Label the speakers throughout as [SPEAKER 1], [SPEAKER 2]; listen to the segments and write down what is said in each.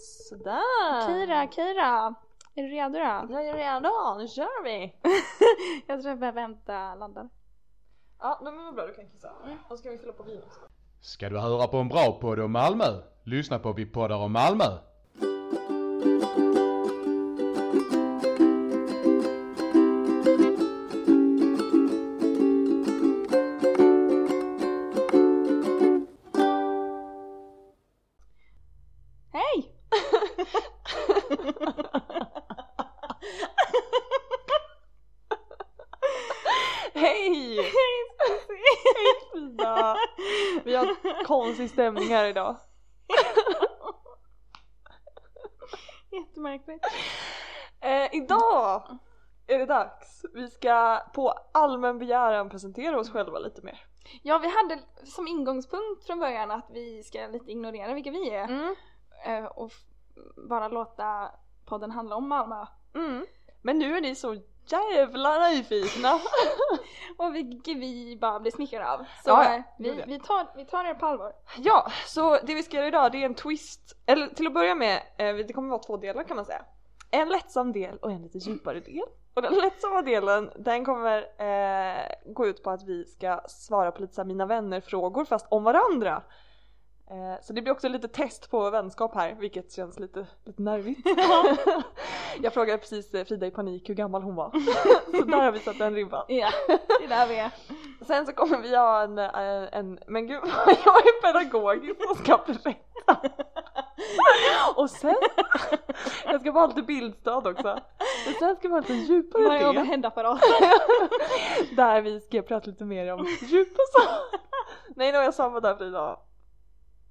[SPEAKER 1] Sådär!
[SPEAKER 2] Kira, Kira! Är du redo då?
[SPEAKER 1] Jag är redo, nu kör vi!
[SPEAKER 2] Jag tror jag behöver hämta landaren.
[SPEAKER 1] Ja, nej, men vad bra, du kan kissa. Och så kan vi fylla på vin också.
[SPEAKER 3] Ska du höra på en bra podd om Malmö? Lyssna på Vi poddar om Malmö.
[SPEAKER 2] Hej!
[SPEAKER 1] Hej! Hej Frida! Vi har konstig stämning här idag.
[SPEAKER 2] Jättemärkligt.
[SPEAKER 1] Eh, idag är det dags. Vi ska på allmän begäran presentera oss själva lite mer.
[SPEAKER 2] Ja, vi hade som ingångspunkt från början att vi ska lite ignorera vilka vi är
[SPEAKER 1] Mm.
[SPEAKER 2] eh, och f- bara låta podden handla om Malmö.
[SPEAKER 1] Mm. Men nu är ni så jävla nyfikna.
[SPEAKER 2] Och vilket vi bara blir smickrade av. Så
[SPEAKER 1] Ja, ja.
[SPEAKER 2] eh,
[SPEAKER 1] Jo,
[SPEAKER 2] vi,
[SPEAKER 1] det.
[SPEAKER 2] vi, tar, vi tar det på allvar.
[SPEAKER 1] Ja, så det vi ska göra idag det är en twist, eller till att börja med, eh, det kommer vara två delar kan man säga. En lättsam del och en lite djupare del. Och den lättsamma delen den kommer eh, gå ut på att vi ska svara på lite så här mina vänner frågor fast om varandra. Eh, så det blir också lite test på vänskap här vilket känns lite, lite nervigt. Jag frågade precis eh, Frida i panik hur gammal hon var. så där har vi satt en ribban.
[SPEAKER 2] Ja, det är där vi är.
[SPEAKER 1] Sen så kommer vi ha en, eh, en men gud jag är pedagogisk och ska berätta. Och sen, jag ska vara lite bildstöd också. Och sen ska vi ha lite djupare
[SPEAKER 2] Man
[SPEAKER 1] del
[SPEAKER 2] overhead-apparat.
[SPEAKER 1] där vi ska prata lite mer om djup och så. Nej då, jag sa där för idag.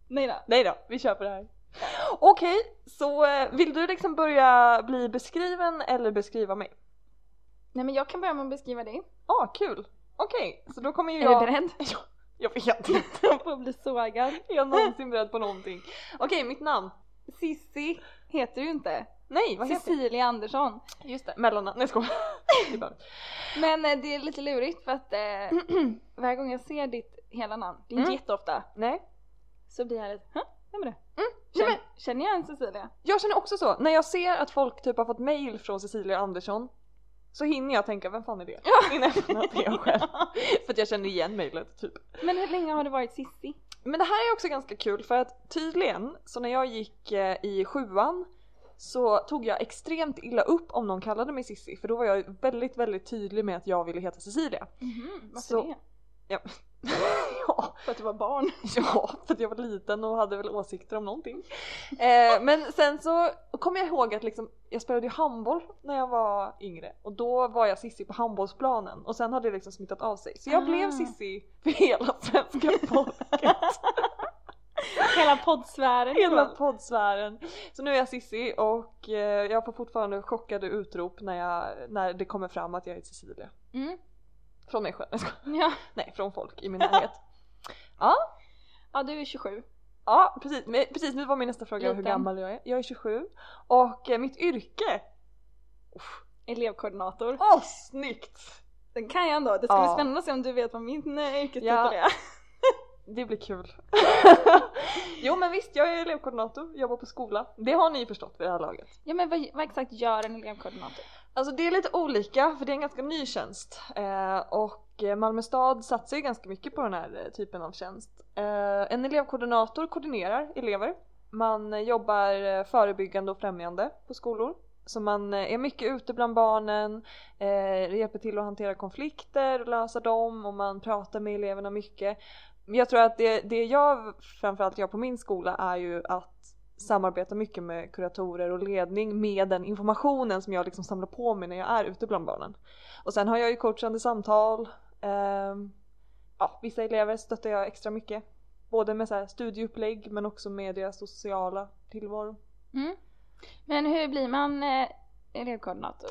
[SPEAKER 2] Nej då.
[SPEAKER 1] Nej då, vi kör på det här. Okej, så eh, vill du liksom börja bli beskriven eller beskriva mig?
[SPEAKER 2] Nej men jag kan börja med att beskriva dig.
[SPEAKER 1] Ah, kul! Okej, så då kommer ju
[SPEAKER 2] Är du
[SPEAKER 1] jag...
[SPEAKER 2] beredd?
[SPEAKER 1] Jag vet inte,
[SPEAKER 2] Jag får bli sågad.
[SPEAKER 1] är jag någonsin beredd på någonting? Okej, mitt namn.
[SPEAKER 2] Sissi heter du inte.
[SPEAKER 1] Nej, vad heter
[SPEAKER 2] Cecilia Andersson.
[SPEAKER 1] jag? Just det, mellannamn. Nej jag skojar. Det är bara-
[SPEAKER 2] Men eh, det är lite lurigt för att eh, varje gång jag ser ditt hela namn, det är inte
[SPEAKER 1] Mm.
[SPEAKER 2] jätteofta,
[SPEAKER 1] Nej.
[SPEAKER 2] så blir jag lite "Hä? vem är det?
[SPEAKER 1] Nej, men,
[SPEAKER 2] Känner, känner jag en Cecilia?
[SPEAKER 1] jag känner också så, när jag ser att folk typ har fått mail från Cecilia Andersson så hinner jag tänka vem fan är det? Innan jag fattar att det är jag själv. För att jag känner igen mailet typ.
[SPEAKER 2] Men hur länge har du varit Sissi?
[SPEAKER 1] Men det här är också ganska kul för att tydligen så när jag gick eh, i sjuan så tog jag extremt illa upp om någon kallade mig Sissi för då var jag väldigt väldigt tydlig med att jag ville heta Cecilia.
[SPEAKER 2] Mm, Varför
[SPEAKER 1] Så-
[SPEAKER 2] det?
[SPEAKER 1] ja,
[SPEAKER 2] För att du var barn.
[SPEAKER 1] Ja, för att jag var liten och hade väl åsikter om någonting. Eh, men sen så kommer jag ihåg att liksom, jag spelade ju handboll när jag var yngre och då var jag Sissi på handbollsplanen och sen hade det liksom smittat av sig. Så jag
[SPEAKER 2] Ah.
[SPEAKER 1] blev Sissi för hela svenska folket,
[SPEAKER 2] Hela poddsfären. typ.
[SPEAKER 1] hela poddsfären. Så nu är jag Sissi och eh, jag får fortfarande chockade utrop när, jag, när det kommer fram att jag är Cecilia.
[SPEAKER 2] Mm.
[SPEAKER 1] Från mig själv, Jag skojar.
[SPEAKER 2] Ja.
[SPEAKER 1] nej från folk i min närhet.
[SPEAKER 2] ja, du är 27.
[SPEAKER 1] Ja precis, Men- precis nu var min nästa fråga hur
[SPEAKER 2] Liten.
[SPEAKER 1] gammal jag är. Jag är 27 och eh, mitt yrke. Uff.
[SPEAKER 2] Elevkoordinator.
[SPEAKER 1] Åh snyggt!
[SPEAKER 2] Den kan jag ändå. Det ska
[SPEAKER 1] Ja.
[SPEAKER 2] bli spännande att se om du vet vad min eh, yrkestitel
[SPEAKER 1] Ja.
[SPEAKER 2] är.
[SPEAKER 1] Det blir kul. jo men visst, jag är elevkoordinator, jobbar på skola. Det har ni förstått vid det här laget.
[SPEAKER 2] Ja men vad, vad exakt gör en elevkoordinator?
[SPEAKER 1] Alltså det är lite olika för det är en ganska ny tjänst eh, och eh, Malmö stad satsar ju ganska mycket på den här eh, typen av tjänst. Eh, en elevkoordinator koordinerar elever. Man eh, jobbar eh, förebyggande och främjande på skolor. Så man eh, är mycket ute bland barnen, eh, hjälper till att hantera konflikter och lösa dem och man pratar med eleverna mycket. Men Jag tror att det, det jag framförallt gör på min skola är ju att samarbeta mycket med kuratorer och ledning med den informationen som jag liksom samlar på mig när jag är ute bland barnen. Och sen har jag ju coachande samtal. ehm, ja, vissa elever stöttar jag extra mycket. Både med så här studieupplägg men också med deras sociala tillvaro.
[SPEAKER 2] Mm. Men hur blir man eh, elevkoordinator?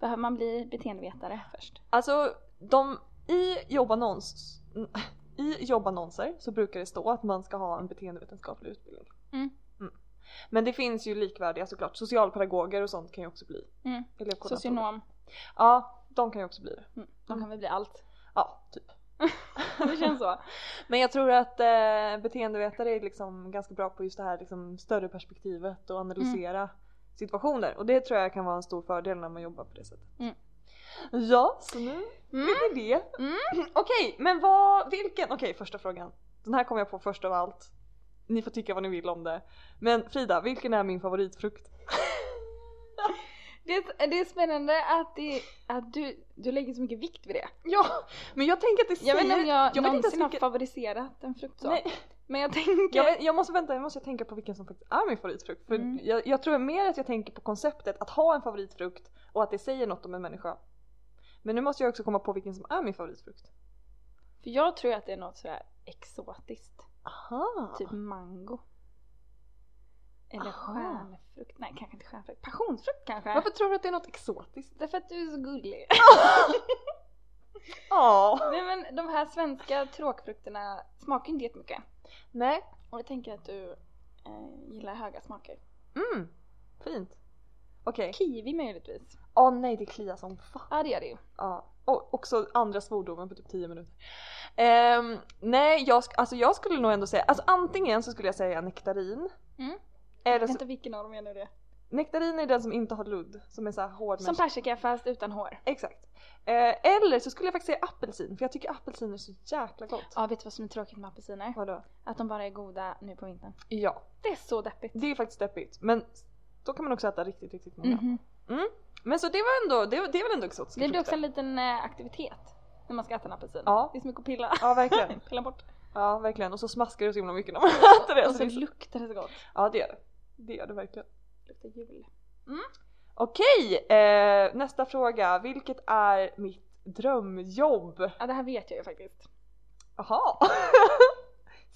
[SPEAKER 2] Behöver man bli beteendevetare först?
[SPEAKER 1] Alltså de, i, jobbannons, i jobbannonser så brukar det stå att man ska ha en beteendevetenskaplig utbildning.
[SPEAKER 2] Mm.
[SPEAKER 1] Mm. Men det finns ju likvärdiga såklart. Socialpedagoger och sånt kan ju också bli
[SPEAKER 2] Mm.
[SPEAKER 1] elevkoordinatorer.
[SPEAKER 2] Socionom.
[SPEAKER 1] Ja, de kan ju också bli det.
[SPEAKER 2] Mm. De kan väl bli allt.
[SPEAKER 1] Ja, typ.
[SPEAKER 2] Det känns så.
[SPEAKER 1] Men jag tror att eh, beteendevetare är liksom ganska bra på just det här liksom, större perspektivet och analysera situationer och det tror jag kan vara en stor fördel när man jobbar på det sättet.
[SPEAKER 2] Mm.
[SPEAKER 1] Ja, så nu
[SPEAKER 2] Mm.
[SPEAKER 1] är det det.
[SPEAKER 2] Mm.
[SPEAKER 1] Okej, men vad, vilken, okej första frågan. Den här kom jag på först av allt. Ni får tycka vad ni vill om det. Men Frida, vilken är min favoritfrukt?
[SPEAKER 2] Det, det är spännande att, det, att du, du lägger så mycket vikt vid det.
[SPEAKER 1] Ja, men jag tänker att det säger...
[SPEAKER 2] Jag vet inte om jag,
[SPEAKER 1] vet inte ens
[SPEAKER 2] någonsin har
[SPEAKER 1] vilken-
[SPEAKER 2] favoriserat en frukt så.
[SPEAKER 1] Nej,
[SPEAKER 2] Men jag tänker...
[SPEAKER 1] Jag, vet, jag måste vänta, jag måste tänka på vilken som faktiskt är min favoritfrukt. För
[SPEAKER 2] Mm.
[SPEAKER 1] jag, jag tror mer att jag tänker på konceptet att ha en favoritfrukt och att det säger något om en människa. Men nu måste jag också komma på vilken som är min favoritfrukt.
[SPEAKER 2] För jag tror att det är något sådär exotiskt.
[SPEAKER 1] Aha!
[SPEAKER 2] Typ mango. Eller
[SPEAKER 1] Aha.
[SPEAKER 2] stjärnfrukt. Nej, kanske inte stjärnfrukt. Passionsfrukt kanske.
[SPEAKER 1] Varför tror du att det är något exotiskt?
[SPEAKER 2] Därför att du är så gullig.
[SPEAKER 1] Ja.
[SPEAKER 2] Nej men de här svenska tråkfrukterna smakar ju inte jättemycket.
[SPEAKER 1] Nej.
[SPEAKER 2] Och jag tänker att du eh, gillar höga smaker.
[SPEAKER 1] Mm. Fint. Okej.
[SPEAKER 2] Kiwi möjligtvis.
[SPEAKER 1] Åh nej, det kliar som fan.
[SPEAKER 2] Ja det gör det ju.
[SPEAKER 1] Ja. Och också andra svordomen på typ 10 minuter. Ehm, nej, jag, sk- alltså jag skulle nog ändå säga, alltså antingen så skulle jag säga nektarin.
[SPEAKER 2] Mm.
[SPEAKER 1] Eller så,
[SPEAKER 2] Vänta vilken av dem är nu det?
[SPEAKER 1] nektarin är den som inte har ludd, som är så här hård men
[SPEAKER 2] Som persika fast utan hår.
[SPEAKER 1] Exakt. Eh, eller så skulle jag faktiskt säga apelsin för jag tycker apelsiner är så jäkla gott.
[SPEAKER 2] Ja vet du vad som är tråkigt med apelsiner?
[SPEAKER 1] Vadå?
[SPEAKER 2] Att de bara är goda nu på vintern.
[SPEAKER 1] Ja,
[SPEAKER 2] Det är så deppigt.
[SPEAKER 1] det är faktiskt deppigt. Men då kan man också äta riktigt, riktigt många.
[SPEAKER 2] Mhm.
[SPEAKER 1] Men så det var ändå, det, det är väl ändå exotiska
[SPEAKER 2] Det blir också
[SPEAKER 1] frukter?
[SPEAKER 2] en liten eh, aktivitet när man ska äta en apelsin.
[SPEAKER 1] Ja.
[SPEAKER 2] Det är så mycket att pilla.
[SPEAKER 1] Ja, verkligen.
[SPEAKER 2] pilla bort.
[SPEAKER 1] Ja, verkligen. Och så smaskar det så himla mycket när man äter det.
[SPEAKER 2] Och
[SPEAKER 1] så
[SPEAKER 2] så
[SPEAKER 1] det är så-
[SPEAKER 2] luktar det så gott.
[SPEAKER 1] Ja, det gör det. Det gör det verkligen.
[SPEAKER 2] Luktar jul.
[SPEAKER 1] Okej, eh, nästa fråga. Vilket är mitt drömjobb?
[SPEAKER 2] Ja det här vet jag ju faktiskt.
[SPEAKER 1] Jaha!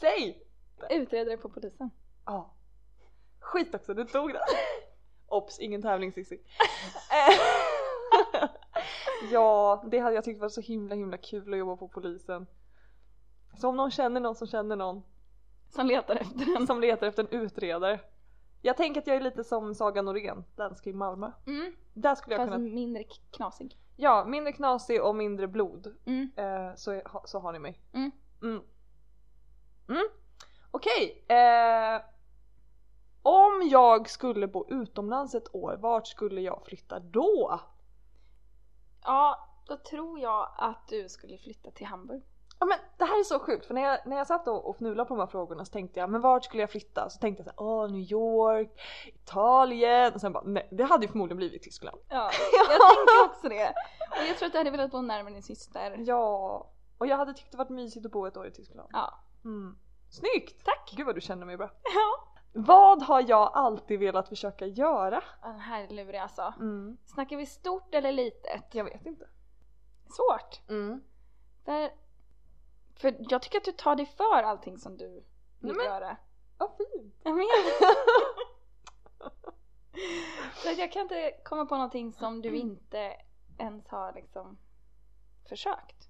[SPEAKER 1] Säg!
[SPEAKER 2] Utredare på polisen.
[SPEAKER 1] Ja. Skit också, du tog den. Ops, ingen tävling Cissi. Eh, ja, det hade jag tyckt var så himla himla kul att jobba på polisen. Så om någon känner någon som känner någon
[SPEAKER 2] Som letar efter en.
[SPEAKER 1] som letar efter en utredare. Jag tänker att jag är lite som Saga Norén, länskrim Malmö.
[SPEAKER 2] Mm.
[SPEAKER 1] Där skulle jag
[SPEAKER 2] Fast
[SPEAKER 1] kunna...
[SPEAKER 2] mindre k- knasig.
[SPEAKER 1] Ja, mindre knasig och mindre blod.
[SPEAKER 2] Mm.
[SPEAKER 1] Eh, så, så har ni mig.
[SPEAKER 2] Mm.
[SPEAKER 1] Mm. Mm. Okej. Eh, om jag skulle bo utomlands ett år, vart skulle jag flytta då?
[SPEAKER 2] Ja, då tror jag att du skulle flytta till Hamburg.
[SPEAKER 1] Ja, men det här är så sjukt för när jag, när jag satt och, och fnulade på de här frågorna så tänkte jag men vart skulle jag flytta? Så tänkte jag såhär, åh New York, Italien och sen bara nej det hade ju förmodligen blivit Tyskland.
[SPEAKER 2] Ja, jag tänker också det. Och jag tror att du hade velat bo närmare din syster.
[SPEAKER 1] Ja, och jag hade tyckt det varit mysigt att bo ett år i Tyskland.
[SPEAKER 2] Ja.
[SPEAKER 1] Mm. Snyggt! Tack! Gud vad du känner mig bra.
[SPEAKER 2] Ja.
[SPEAKER 1] Vad har jag alltid velat försöka göra?
[SPEAKER 2] Ja, Den här är lurig alltså. Snackar vi stort eller litet?
[SPEAKER 1] Mm. Jag vet inte.
[SPEAKER 2] Svårt.
[SPEAKER 1] Mm.
[SPEAKER 2] Där... För jag tycker att du tar dig för allting som du vill
[SPEAKER 1] Nej, men-
[SPEAKER 2] göra.
[SPEAKER 1] Vad fint!
[SPEAKER 2] Jag menar Så att jag kan inte komma på någonting som
[SPEAKER 1] Mm.
[SPEAKER 2] du inte ens har liksom försökt.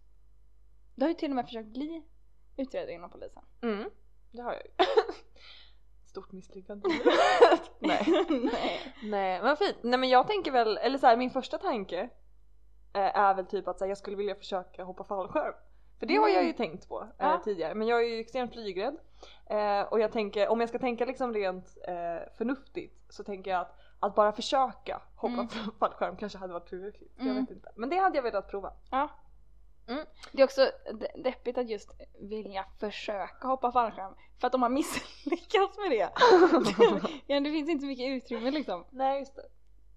[SPEAKER 2] Du har ju till och med försökt bli utredare inom polisen.
[SPEAKER 1] Mm. Det har jag ju. Stort misslyckande. Nej.
[SPEAKER 2] Nej.
[SPEAKER 1] Nej men vad fint. Nej men jag tänker väl, eller så här, min första tanke eh, är väl typ att så här, jag skulle vilja försöka hoppa fallskärm. För det har jag ju
[SPEAKER 2] Mm.
[SPEAKER 1] tänkt på eh,
[SPEAKER 2] Ja.
[SPEAKER 1] tidigare men jag är ju extremt flygrädd. Eh, och jag tänker, om jag ska tänka liksom rent eh, förnuftigt så tänker jag att att bara försöka hoppa
[SPEAKER 2] Mm.
[SPEAKER 1] från fallskärm kanske hade varit tillräckligt. Jag
[SPEAKER 2] Mm.
[SPEAKER 1] vet inte. Men det hade jag velat prova.
[SPEAKER 2] Ja.
[SPEAKER 1] Mm.
[SPEAKER 2] Det är också de- deppigt att just vilja försöka hoppa fallskärm för att de har misslyckats med det. ja, det finns inte så mycket utrymme liksom.
[SPEAKER 1] Nej just det.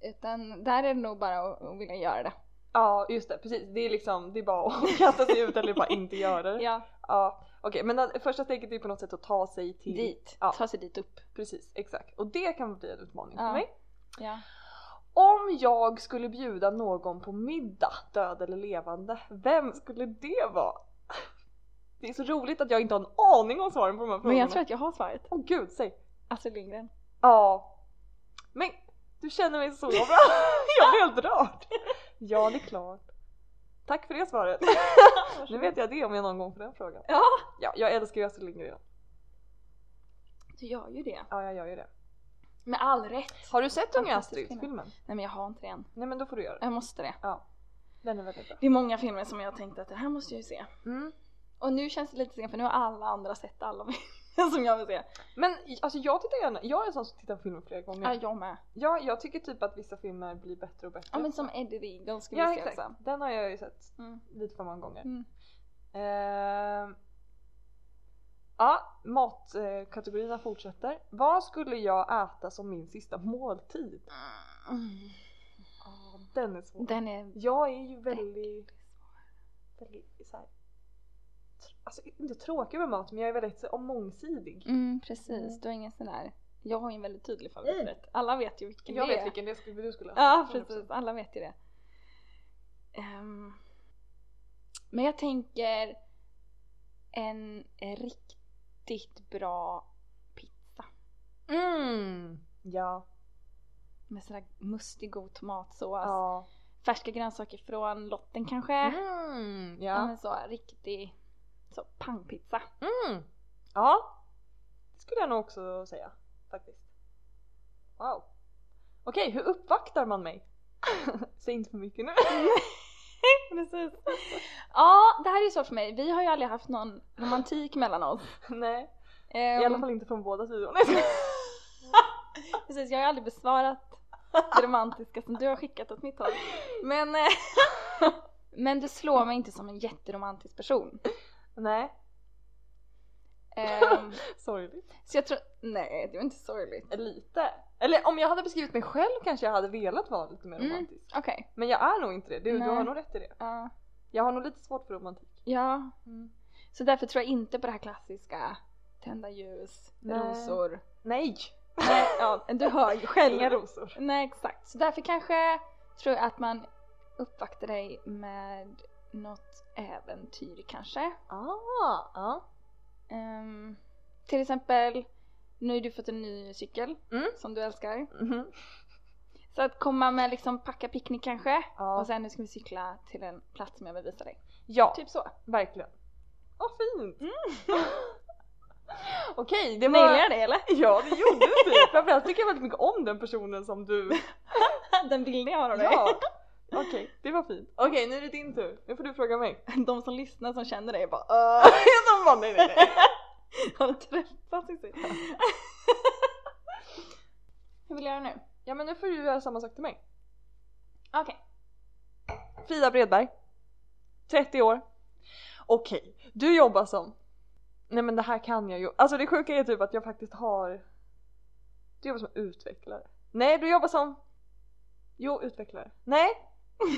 [SPEAKER 2] Utan där är det nog bara att, att vilja göra det.
[SPEAKER 1] Ja just det, precis. Det är liksom, det är bara att kasta sig ut eller bara inte göra det.
[SPEAKER 2] Ja,
[SPEAKER 1] Ja, okej men att- första steget är på något sätt att ta sig till
[SPEAKER 2] dit.
[SPEAKER 1] Ja.
[SPEAKER 2] Ta sig dit upp.
[SPEAKER 1] Precis, exakt. Och det kan bli en utmaning
[SPEAKER 2] Ja.
[SPEAKER 1] för mig.
[SPEAKER 2] Ja.
[SPEAKER 1] Om jag skulle bjuda någon på middag, död eller levande, vem skulle det vara? Det är så roligt att jag inte har en aning om svaren på de här frågorna.
[SPEAKER 2] Men jag tror att jag har svaret.
[SPEAKER 1] Åh gud, säg!
[SPEAKER 2] Astrid Lindgren.
[SPEAKER 1] Ja. Men du känner mig så bra! jag blir helt rörd! Ja, det är klart. Tack för det svaret. nu vet jag det om jag någon gång får den frågan.
[SPEAKER 2] Ja.
[SPEAKER 1] Ja, jag älskar ju Astrid Lindgren.
[SPEAKER 2] Du gör ju det.
[SPEAKER 1] Ja, jag gör ju det.
[SPEAKER 2] Med all rätt.
[SPEAKER 1] Har du sett Unga
[SPEAKER 2] Fantastisk
[SPEAKER 1] Astrid-filmen?
[SPEAKER 2] Nej men jag har inte det än.
[SPEAKER 1] Nej men då får du göra det.
[SPEAKER 2] Jag måste det.
[SPEAKER 1] Den är väldigt bra.
[SPEAKER 2] Det är många filmer som jag tänkte att det här måste jag ju se.
[SPEAKER 1] Mm.
[SPEAKER 2] Och nu känns det lite sent för nu har alla andra sett alla filmer som jag vill se.
[SPEAKER 1] Men alltså jag tittar gärna, jag är en sån som tittar på filmer flera
[SPEAKER 2] Ja,
[SPEAKER 1] gånger.
[SPEAKER 2] jag med.
[SPEAKER 1] Ja, jag tycker typ att vissa filmer blir bättre och bättre.
[SPEAKER 2] Ja men som Eddie Riegel ska vi
[SPEAKER 1] ja
[SPEAKER 2] se
[SPEAKER 1] exakt,
[SPEAKER 2] också.
[SPEAKER 1] den har jag ju sett
[SPEAKER 2] Mm.
[SPEAKER 1] lite för många gånger.
[SPEAKER 2] Mm.
[SPEAKER 1] Ehm, ja, matkategorierna fortsätter. Vad skulle jag äta som min sista måltid?
[SPEAKER 2] Mm.
[SPEAKER 1] Ah, den är svår.
[SPEAKER 2] Den är...
[SPEAKER 1] Jag är ju väldigt, väldigt så här, tr- alltså inte tråkig med mat men jag är väldigt så här, mångsidig.
[SPEAKER 2] Mm, precis,
[SPEAKER 1] Mm.
[SPEAKER 2] du har ingen sån där... Jag har ju en väldigt tydlig favoriträtt. Alla vet ju vilken
[SPEAKER 1] Jag
[SPEAKER 2] det
[SPEAKER 1] vet
[SPEAKER 2] är.
[SPEAKER 1] vilken det skulle, du skulle
[SPEAKER 2] Ja
[SPEAKER 1] 100%.
[SPEAKER 2] precis, alla vet ju det. Ehm, men jag tänker en riktigt bra pizza
[SPEAKER 1] Mm. Ja.
[SPEAKER 2] med sån där mustig god tomatsås.
[SPEAKER 1] ja.
[SPEAKER 2] Färska grönsaker från lotten kanske.
[SPEAKER 1] Mm.
[SPEAKER 2] Ja.
[SPEAKER 1] Ja.
[SPEAKER 2] men så riktig så pangpizza.
[SPEAKER 1] Mm. Ja. Det skulle jag nog också säga faktiskt. Wow. Okej, hur uppvaktar man mig? Säg inte för mycket nu.
[SPEAKER 2] Precis. Ja, det här är ju svårt för mig. Vi har ju aldrig haft någon romantik mellan oss.
[SPEAKER 1] Nej,
[SPEAKER 2] Ehm,
[SPEAKER 1] i alla fall inte från båda sidor. Nej, jag skojar.
[SPEAKER 2] Precis, jag har ju aldrig besvarat det romantiska som du har skickat åt mitt håll. Men, eh, men du slår mig inte som en jätteromantisk person.
[SPEAKER 1] Nej,
[SPEAKER 2] Ehm,
[SPEAKER 1] sorgligt.
[SPEAKER 2] så jag tror, nej det var inte sorgligt.
[SPEAKER 1] Eh, Lite. Eller om jag hade beskrivit mig själv kanske jag hade velat vara lite mer
[SPEAKER 2] Mm.
[SPEAKER 1] romantisk.
[SPEAKER 2] Okej.
[SPEAKER 1] Men jag är nog inte det. Du, du
[SPEAKER 2] Nej.
[SPEAKER 1] har nog rätt i det.
[SPEAKER 2] ja.
[SPEAKER 1] Jag har nog lite svårt för romantik.
[SPEAKER 2] ja,
[SPEAKER 1] Mm.
[SPEAKER 2] så därför tror jag inte på det här klassiska tända ljus,
[SPEAKER 1] Nej.
[SPEAKER 2] rosor.
[SPEAKER 1] Nej!
[SPEAKER 2] Nej, ja, du hör ju själv.
[SPEAKER 1] Inga rosor.
[SPEAKER 2] Nej exakt, så därför kanske tror jag att man uppvaktar dig med något äventyr kanske.
[SPEAKER 1] Ah, ah.
[SPEAKER 2] Ehm, till exempel, nu har du fått en ny cykel
[SPEAKER 1] Mm.
[SPEAKER 2] som du älskar.
[SPEAKER 1] Mhm.
[SPEAKER 2] Så att komma med liksom packa picknick kanske
[SPEAKER 1] Ja.
[SPEAKER 2] och sen nu ska vi cykla till en plats som jag vill visa dig.
[SPEAKER 1] Ja,
[SPEAKER 2] Typ så.
[SPEAKER 1] verkligen. Åh fint! Okej, det
[SPEAKER 2] Nailade
[SPEAKER 1] var...
[SPEAKER 2] jag det eller?
[SPEAKER 1] Ja det gjorde du! typ. Framförallt tycker jag väldigt mycket om den personen som du...
[SPEAKER 2] Den bilden jag har av dig.
[SPEAKER 1] Ja! Okej, det var fint. Okej, nu är det din tur. Nu får du fråga mig.
[SPEAKER 2] De som lyssnar som känner dig bara
[SPEAKER 1] Uh, de bara, nej, nej, nej.
[SPEAKER 2] har du träffat Cissi? Hur vill jag göra nu?
[SPEAKER 1] Ja men nu får du göra samma sak till mig.
[SPEAKER 2] Okej.
[SPEAKER 1] Frida Bredberg. 30 år. Okej, du jobbar som... Nej men det här kan jag ju. Alltså det sjuka är typ att jag faktiskt har... Du jobbar som utvecklare. Nej, du jobbar som... Jo, utvecklare. Nej!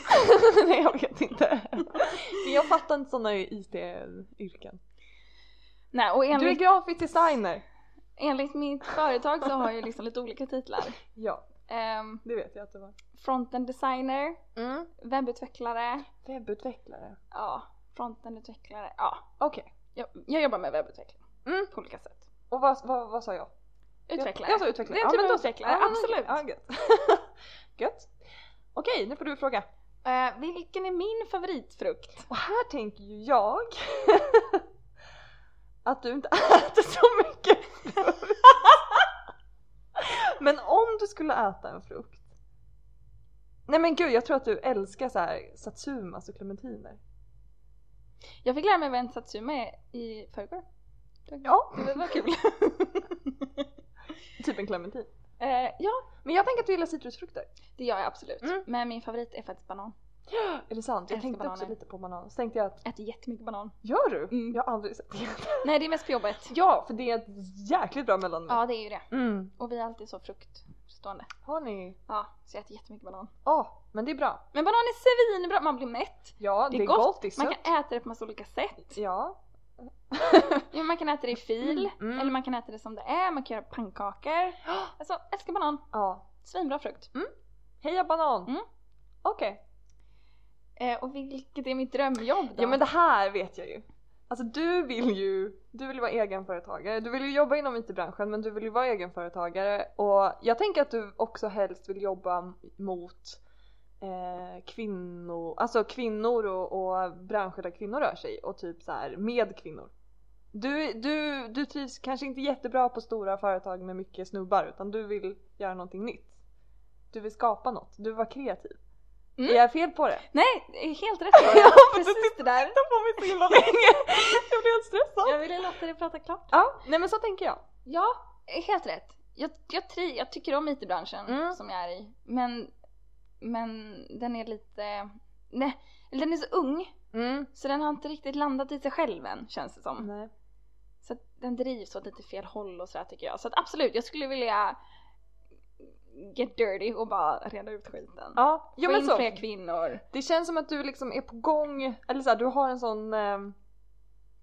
[SPEAKER 1] Nej jag vet inte. Men jag fattar inte sådana IT-yrken.
[SPEAKER 2] Nej och
[SPEAKER 1] Du är
[SPEAKER 2] enligt,
[SPEAKER 1] grafisk designer.
[SPEAKER 2] enligt mitt företag så har jag liksom lite olika titlar.
[SPEAKER 1] Ja,
[SPEAKER 2] Um,
[SPEAKER 1] det vet jag att det var.
[SPEAKER 2] frontend designer,
[SPEAKER 1] Mm.
[SPEAKER 2] webbutvecklare,
[SPEAKER 1] Webbutvecklare.
[SPEAKER 2] ja, frontendutvecklare, ja.
[SPEAKER 1] Okej.
[SPEAKER 2] Jag, jag jobbar med webbutveckling
[SPEAKER 1] Mm.
[SPEAKER 2] på olika sätt.
[SPEAKER 1] Och vad, vad, vad sa jag?
[SPEAKER 2] Utvecklare.
[SPEAKER 1] Jag, jag sa utvecklare.
[SPEAKER 2] Det är en typ
[SPEAKER 1] men
[SPEAKER 2] av
[SPEAKER 1] då-
[SPEAKER 2] utvecklare,
[SPEAKER 1] ja, men
[SPEAKER 2] absolut.
[SPEAKER 1] okej. Ja, gött. gött. Okej, nu får du fråga.
[SPEAKER 2] Eh, vilken är min favoritfrukt?
[SPEAKER 1] Och här tänker ju jag att du inte äter så mycket frukt. Men om du skulle äta en frukt. Nej men gud, jag tror att du älskar så här satsumas och clementiner.
[SPEAKER 2] Jag fick lära mig vad en satsuma är i förrgår.
[SPEAKER 1] Ja,
[SPEAKER 2] Det var kul.
[SPEAKER 1] typ en clementin.
[SPEAKER 2] Eh, ja,
[SPEAKER 1] Men jag tänker att du gillar citrusfrukter.
[SPEAKER 2] det gör jag absolut.
[SPEAKER 1] Mm.
[SPEAKER 2] Men min favorit är faktiskt banan.
[SPEAKER 1] Är det sant? Jag
[SPEAKER 2] Älskar
[SPEAKER 1] tänkte också
[SPEAKER 2] bananer.
[SPEAKER 1] lite på banan. Så tänkte jag att,
[SPEAKER 2] Jag äter jättemycket banan.
[SPEAKER 1] gör du?
[SPEAKER 2] Mm.
[SPEAKER 1] Jag har aldrig sett det.
[SPEAKER 2] Nej, det är mest på jobbet.
[SPEAKER 1] Ja, för Alltså, det är ett jäkligt bra mellanmål.
[SPEAKER 2] Ja, det är ju det.
[SPEAKER 1] Mm.
[SPEAKER 2] Och vi är alltid så fruktstående.
[SPEAKER 1] Har ni?
[SPEAKER 2] Ja, så jag äter jättemycket banan.
[SPEAKER 1] Ja, men det är bra.
[SPEAKER 2] Men banan är svinbra, man blir mätt.
[SPEAKER 1] Ja, det, är gott. i
[SPEAKER 2] man
[SPEAKER 1] supp.
[SPEAKER 2] kan äta det på massa olika sätt.
[SPEAKER 1] Ja.
[SPEAKER 2] Jo, man kan äta det i fil,
[SPEAKER 1] Mm.
[SPEAKER 2] eller man kan äta det som det är, man kan göra pannkakor. Alltså, älskar banan.
[SPEAKER 1] ja.
[SPEAKER 2] Svinbra frukt.
[SPEAKER 1] Heja banan!
[SPEAKER 2] Mm.
[SPEAKER 1] Okej.
[SPEAKER 2] Eh, och vilket är mitt drömjobb då?
[SPEAKER 1] Ja men det här vet jag ju. Alltså du vill ju, du vill ju vara egenföretagare. Du vill ju jobba inom IT-branschen men du vill ju vara egenföretagare och jag tänker att du också helst vill jobba mot eh, kvinnor, alltså kvinnor och, och branscher där kvinnor rör sig och typ så här med kvinnor. Du, du, du trivs kanske inte jättebra på stora företag med mycket snubbar utan du vill göra någonting nytt. Du vill skapa något, du vill vara kreativ.
[SPEAKER 2] Mm.
[SPEAKER 1] Är jag fel på det?
[SPEAKER 2] Nej, det är helt rätt Laura. Precis det där.
[SPEAKER 1] Titta på mig så himla länge! Jag blir helt stressad.
[SPEAKER 2] Jag ville låta dig prata klart.
[SPEAKER 1] Ja, nej men så tänker jag.
[SPEAKER 2] Ja, helt rätt. Jag, jag, tri, jag tycker om IT-branschen
[SPEAKER 1] Mm.
[SPEAKER 2] som jag är i. Men, men den är lite... Nej, eller den är så ung
[SPEAKER 1] Mm.
[SPEAKER 2] så den har inte riktigt landat i sig själv än känns det som.
[SPEAKER 1] Nej.
[SPEAKER 2] Så att den drivs åt lite fel håll och sådär tycker jag. Så att absolut, jag skulle vilja get dirty och bara reda ut skiten.
[SPEAKER 1] Ja,
[SPEAKER 2] Få
[SPEAKER 1] jo, men
[SPEAKER 2] in
[SPEAKER 1] så.
[SPEAKER 2] fler kvinnor.
[SPEAKER 1] Det känns som att du liksom är på gång, eller så här, du har en sån ehm,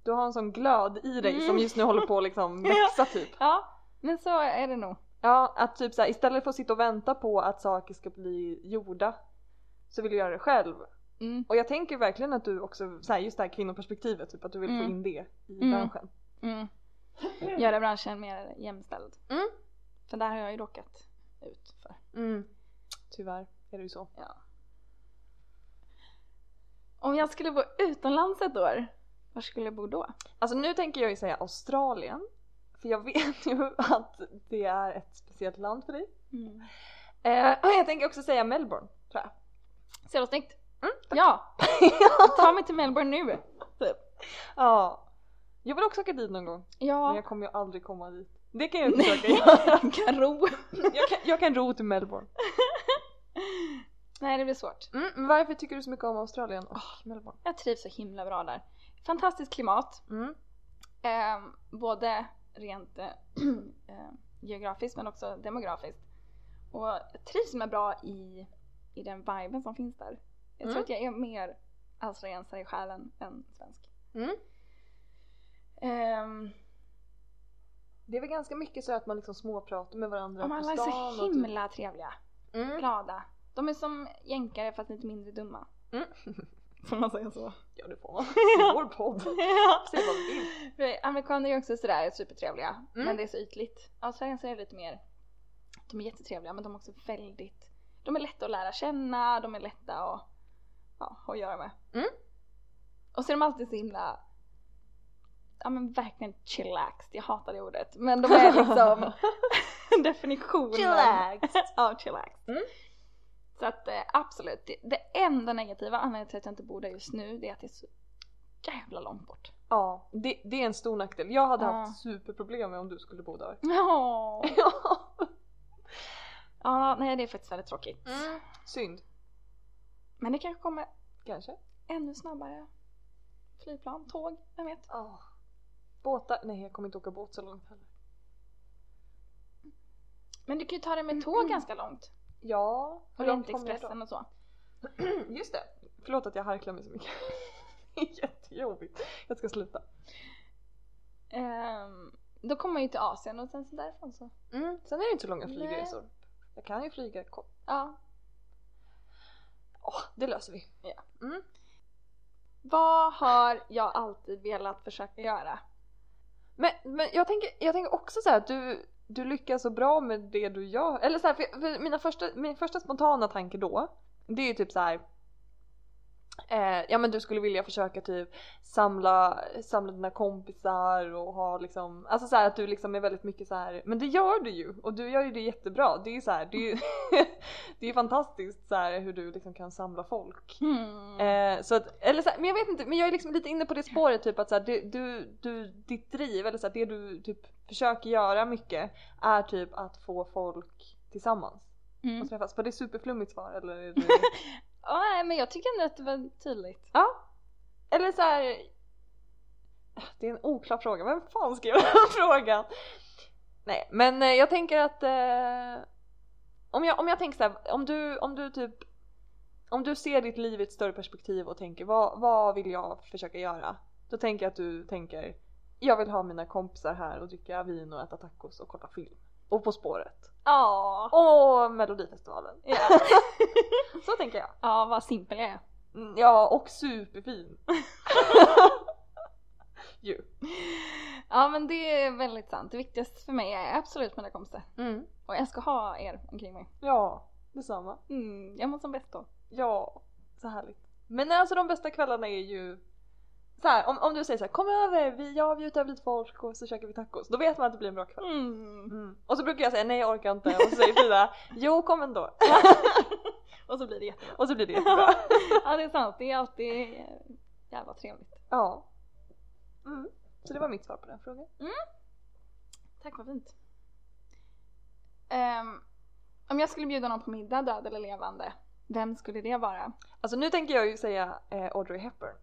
[SPEAKER 1] du har en sån glöd i dig
[SPEAKER 2] Mm.
[SPEAKER 1] som just nu håller på att liksom växa typ.
[SPEAKER 2] Ja, men så är det nog.
[SPEAKER 1] Ja, att typ så här, istället för att sitta och vänta på att saker ska bli gjorda så vill du göra det själv.
[SPEAKER 2] Mm.
[SPEAKER 1] Och jag tänker verkligen att du också, så här, just det här kvinnoperspektivet, typ att du vill
[SPEAKER 2] Mm.
[SPEAKER 1] få in det i
[SPEAKER 2] Mm.
[SPEAKER 1] branschen.
[SPEAKER 2] Mm. Göra branschen mer jämställd.
[SPEAKER 1] Mm.
[SPEAKER 2] För där har jag ju råkat ut för.
[SPEAKER 1] Tyvärr är det ju så.
[SPEAKER 2] Om jag skulle bo utomlands ett år, var skulle jag bo då?
[SPEAKER 1] Alltså nu tänker jag ju säga Australien. För jag vet ju att det är ett speciellt land för dig.
[SPEAKER 2] Mm.
[SPEAKER 1] Eh, och jag tänker också säga Melbourne, tror jag.
[SPEAKER 2] Ser du snyggt? Mm, ja! Ta mig till Melbourne nu!
[SPEAKER 1] Ja. Jag vill också åka dit någon gång. Men
[SPEAKER 2] Ja,
[SPEAKER 1] jag kommer ju aldrig komma dit. Det kan jag ju försöka
[SPEAKER 2] Nej.
[SPEAKER 1] göra.
[SPEAKER 2] kan ro.
[SPEAKER 1] Jag kan, jag kan ro till Melbourne.
[SPEAKER 2] Nej, det blir svårt.
[SPEAKER 1] Mm, men varför tycker du så mycket om Australien och Melbourne?
[SPEAKER 2] Jag trivs så himla bra där. Fantastiskt klimat,
[SPEAKER 1] Mm.
[SPEAKER 2] eh, både rent eh, eh, geografiskt men också demografiskt. Och jag trivs med bra i, i den viben som finns där. Jag tror
[SPEAKER 1] Mm.
[SPEAKER 2] att jag är mer alltså australiensare i själen än svensk.
[SPEAKER 1] Mm.
[SPEAKER 2] Ehm,
[SPEAKER 1] Det är väl ganska mycket så att man liksom småpratar med varandra
[SPEAKER 2] och
[SPEAKER 1] på
[SPEAKER 2] alla
[SPEAKER 1] stan.
[SPEAKER 2] är så
[SPEAKER 1] och typ-
[SPEAKER 2] himla trevliga,
[SPEAKER 1] Mm.
[SPEAKER 2] glada. De är som jänkare fast lite mindre dumma.
[SPEAKER 1] Mm.
[SPEAKER 2] Får man säga så?
[SPEAKER 1] Ja det får man. Det är vår podd. Säg vad du vill.
[SPEAKER 2] För Amerikaner är också sådär supertrevliga,
[SPEAKER 1] Mm.
[SPEAKER 2] men det är så ytligt. Australiensare är lite mer, de är jättetrevliga men de är också väldigt, de är lätta att lära känna, de är lätta att, ja, att göra med.
[SPEAKER 1] Mm.
[SPEAKER 2] Och så är de alltid så himla, ja men verkligen chillaxed, jag hatar det ordet. Men de är liksom definitionen. Ja, chillaxed.
[SPEAKER 1] Mm.
[SPEAKER 2] Så att eh, absolut, det, det enda negativa anledningen till att jag inte bor där just nu det är att det är så jävla långt bort.
[SPEAKER 1] Ja, det, det är en stor nackdel. Jag hade
[SPEAKER 2] Ja.
[SPEAKER 1] haft superproblem med om du skulle bo där.
[SPEAKER 2] Ja. Ja, nej det är faktiskt väldigt tråkigt.
[SPEAKER 1] Mm. Synd,
[SPEAKER 2] Men det kanske kommer
[SPEAKER 1] kanske.
[SPEAKER 2] ännu snabbare flygplan, tåg, vem vet?
[SPEAKER 1] Oh. Båtar? Nej jag kommer inte åka båt så långt heller.
[SPEAKER 2] Men du kan ju ta det med tåg ganska långt.
[SPEAKER 1] Ja, hur långt kommer jag då?
[SPEAKER 2] Orientexpressen och så.
[SPEAKER 1] Just det. Förlåt att jag harklar mig så mycket. Det är jättejobbigt. Jag ska sluta.
[SPEAKER 2] Ehm, då kommer man ju till Asien och sen så därifrån så.
[SPEAKER 1] Mm. Sen är det inte så långa
[SPEAKER 2] Nej.
[SPEAKER 1] flygresor. Jag kan ju flyga kort.
[SPEAKER 2] Ja.
[SPEAKER 1] Åh, det löser vi.
[SPEAKER 2] Vad har jag alltid velat försöka göra?
[SPEAKER 1] Men, men jag, tänker, jag tänker också så här att du, du lyckas så bra med det du gör. Eller så här, för, för mina första, min första spontana tanke då, det är ju typ så här. Eh, ja men du skulle vilja försöka typ samla, samla dina kompisar och ha liksom, alltså så här att du liksom är väldigt mycket så här. men det gör du ju och du gör ju det jättebra. Det är ju så här, det är ju det är ju fantastiskt så här hur du liksom kan samla folk.
[SPEAKER 2] Hmm.
[SPEAKER 1] Eh, så att, eller så här, men jag vet inte, men jag är liksom lite inne på det spåret typ att så här, du, du, du, ditt driv eller så här, det du typ försöker göra mycket är typ att få folk tillsammans
[SPEAKER 2] Mm.
[SPEAKER 1] och träffas. Var det superflummigt svar eller? Är det...
[SPEAKER 2] Ja, nej, men jag tycker ändå att det var tydligt.
[SPEAKER 1] eller så här. Det är en oklar fråga, vem fan skrev den här frågan? Nej men eh, jag tänker att eh, om, jag, om jag tänker så här, om du, om du typ om du ser ditt liv i ett större perspektiv och tänker vad, vad vill jag försöka göra? Då tänker jag att du tänker jag vill ha mina kompisar här och dricka vin och äta tacos och kolla film. Och På spåret.
[SPEAKER 2] Ja.
[SPEAKER 1] Och Melodifestivalen.
[SPEAKER 2] Ja,
[SPEAKER 1] Så tänker jag.
[SPEAKER 2] ja vad simpel jag är.
[SPEAKER 1] Mm, Ja och superfin. Ju.
[SPEAKER 2] Ja men det är väldigt sant. Det viktigaste för mig är absolut mina kompisar.
[SPEAKER 1] Mm.
[SPEAKER 2] Och jag ska ha er omkring mig.
[SPEAKER 1] Ja, detsamma.
[SPEAKER 2] Mm, jag mår som bäst då.
[SPEAKER 1] Ja, så härligt. Men alltså de bästa kvällarna är ju så här, om, om du säger så här, kom över, vi, jag bjuder över lite folk och så käkar vi tacos. Då vet man att det blir en bra kväll.
[SPEAKER 2] Mm.
[SPEAKER 1] Mm. Och så brukar jag säga nej jag orkar inte och så säger Frida, jo kom ändå.
[SPEAKER 2] Och och så blir det jättebra.
[SPEAKER 1] Och så blir det jättebra.
[SPEAKER 2] Ja det är sant, det är alltid eh, jävla trevligt.
[SPEAKER 1] ja. Mm. Så det var mitt svar på den frågan.
[SPEAKER 2] Tack vad fint. Ehm, om jag skulle bjuda någon på middag, död eller levande, vem skulle det vara?
[SPEAKER 1] Alltså nu tänker jag ju säga eh, Audrey Hepburn.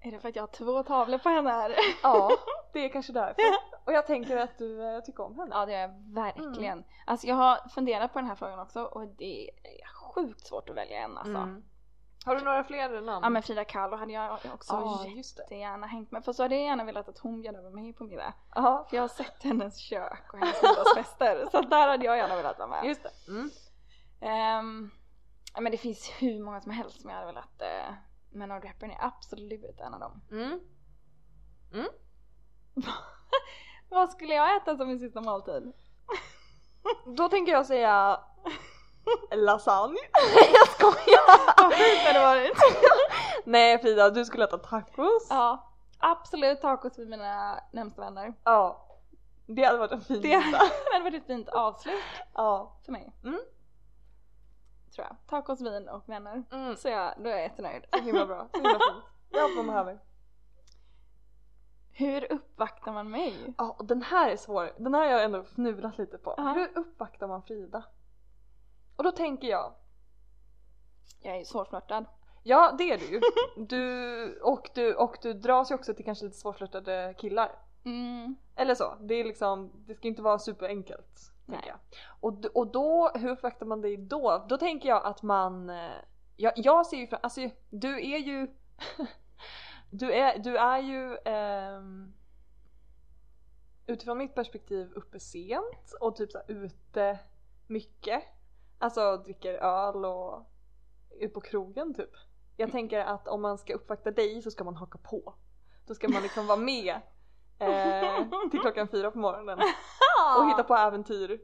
[SPEAKER 2] Är det för att jag har två tavlor på henne här?
[SPEAKER 1] Ja, det är kanske därför. Och jag tänker att du eh, tycker om henne.
[SPEAKER 2] Ja det gör jag verkligen. Alltså jag har funderat på den här frågan också och det är sjukt svårt att välja en alltså.
[SPEAKER 1] Mm. Har du några fler namn?
[SPEAKER 2] Ja men Frida Kahlo hade jag också
[SPEAKER 1] Ja, just det.
[SPEAKER 2] jättegärna hängt med. Fast så hade jag gärna velat att hon bjöd över mig på middag.
[SPEAKER 1] Ja,
[SPEAKER 2] För jag har sett hennes kök och hennes middagsfester. så där hade jag gärna velat vara med.
[SPEAKER 1] just det. Mm.
[SPEAKER 2] Ehm, ja, men det finns hur många som helst som jag hade velat. eh, men Audrey Hepburn är absolut en av dem.
[SPEAKER 1] Mm.
[SPEAKER 2] Vad skulle jag äta som min sista måltid?
[SPEAKER 1] Då tänker jag säga lasagne. jag skojar!
[SPEAKER 2] Vad sjukt det hade varit!
[SPEAKER 1] Nej Frida, du skulle äta tacos.
[SPEAKER 2] ja, absolut tacos med mina närmsta vänner.
[SPEAKER 1] Ja. Det hade varit en fin
[SPEAKER 2] Det
[SPEAKER 1] middag.
[SPEAKER 2] hade varit ett fint avslut
[SPEAKER 1] Ja.
[SPEAKER 2] för mig.
[SPEAKER 1] Mm.
[SPEAKER 2] Tror jag. Tacos, vin och vänner.
[SPEAKER 1] Mm.
[SPEAKER 2] Så jag, då är jag jättenöjd.
[SPEAKER 1] Så himla bra. Så himla fint. Det är allt man behöver.
[SPEAKER 2] Hur uppvaktar man mig?
[SPEAKER 1] Ja, och den här är svår. Den här har jag ändå fnulat lite på.
[SPEAKER 2] Ja.
[SPEAKER 1] Hur uppvaktar man Frida? Och då tänker jag,
[SPEAKER 2] Jag är ju svårflörtad.
[SPEAKER 1] ja det är du ju. Du, och, du, och du dras ju också till kanske lite svårflörtade killar.
[SPEAKER 2] Mm.
[SPEAKER 1] Eller så, det är liksom, det ska inte vara superenkelt.
[SPEAKER 2] Nej.
[SPEAKER 1] Tänker jag. Och, d- och då, hur uppvaktar man dig då? Då tänker jag att man, eh, jag, jag ser ju fram, alltså du är ju, du är, du är ju ehm, utifrån mitt perspektiv uppe sent och typ så här, ute mycket. Alltså dricker öl och ut på krogen typ. Jag tänker att om man ska uppvakta dig så ska man haka på. Då ska man liksom vara med eh, till klockan fyra på morgonen och hitta på äventyr.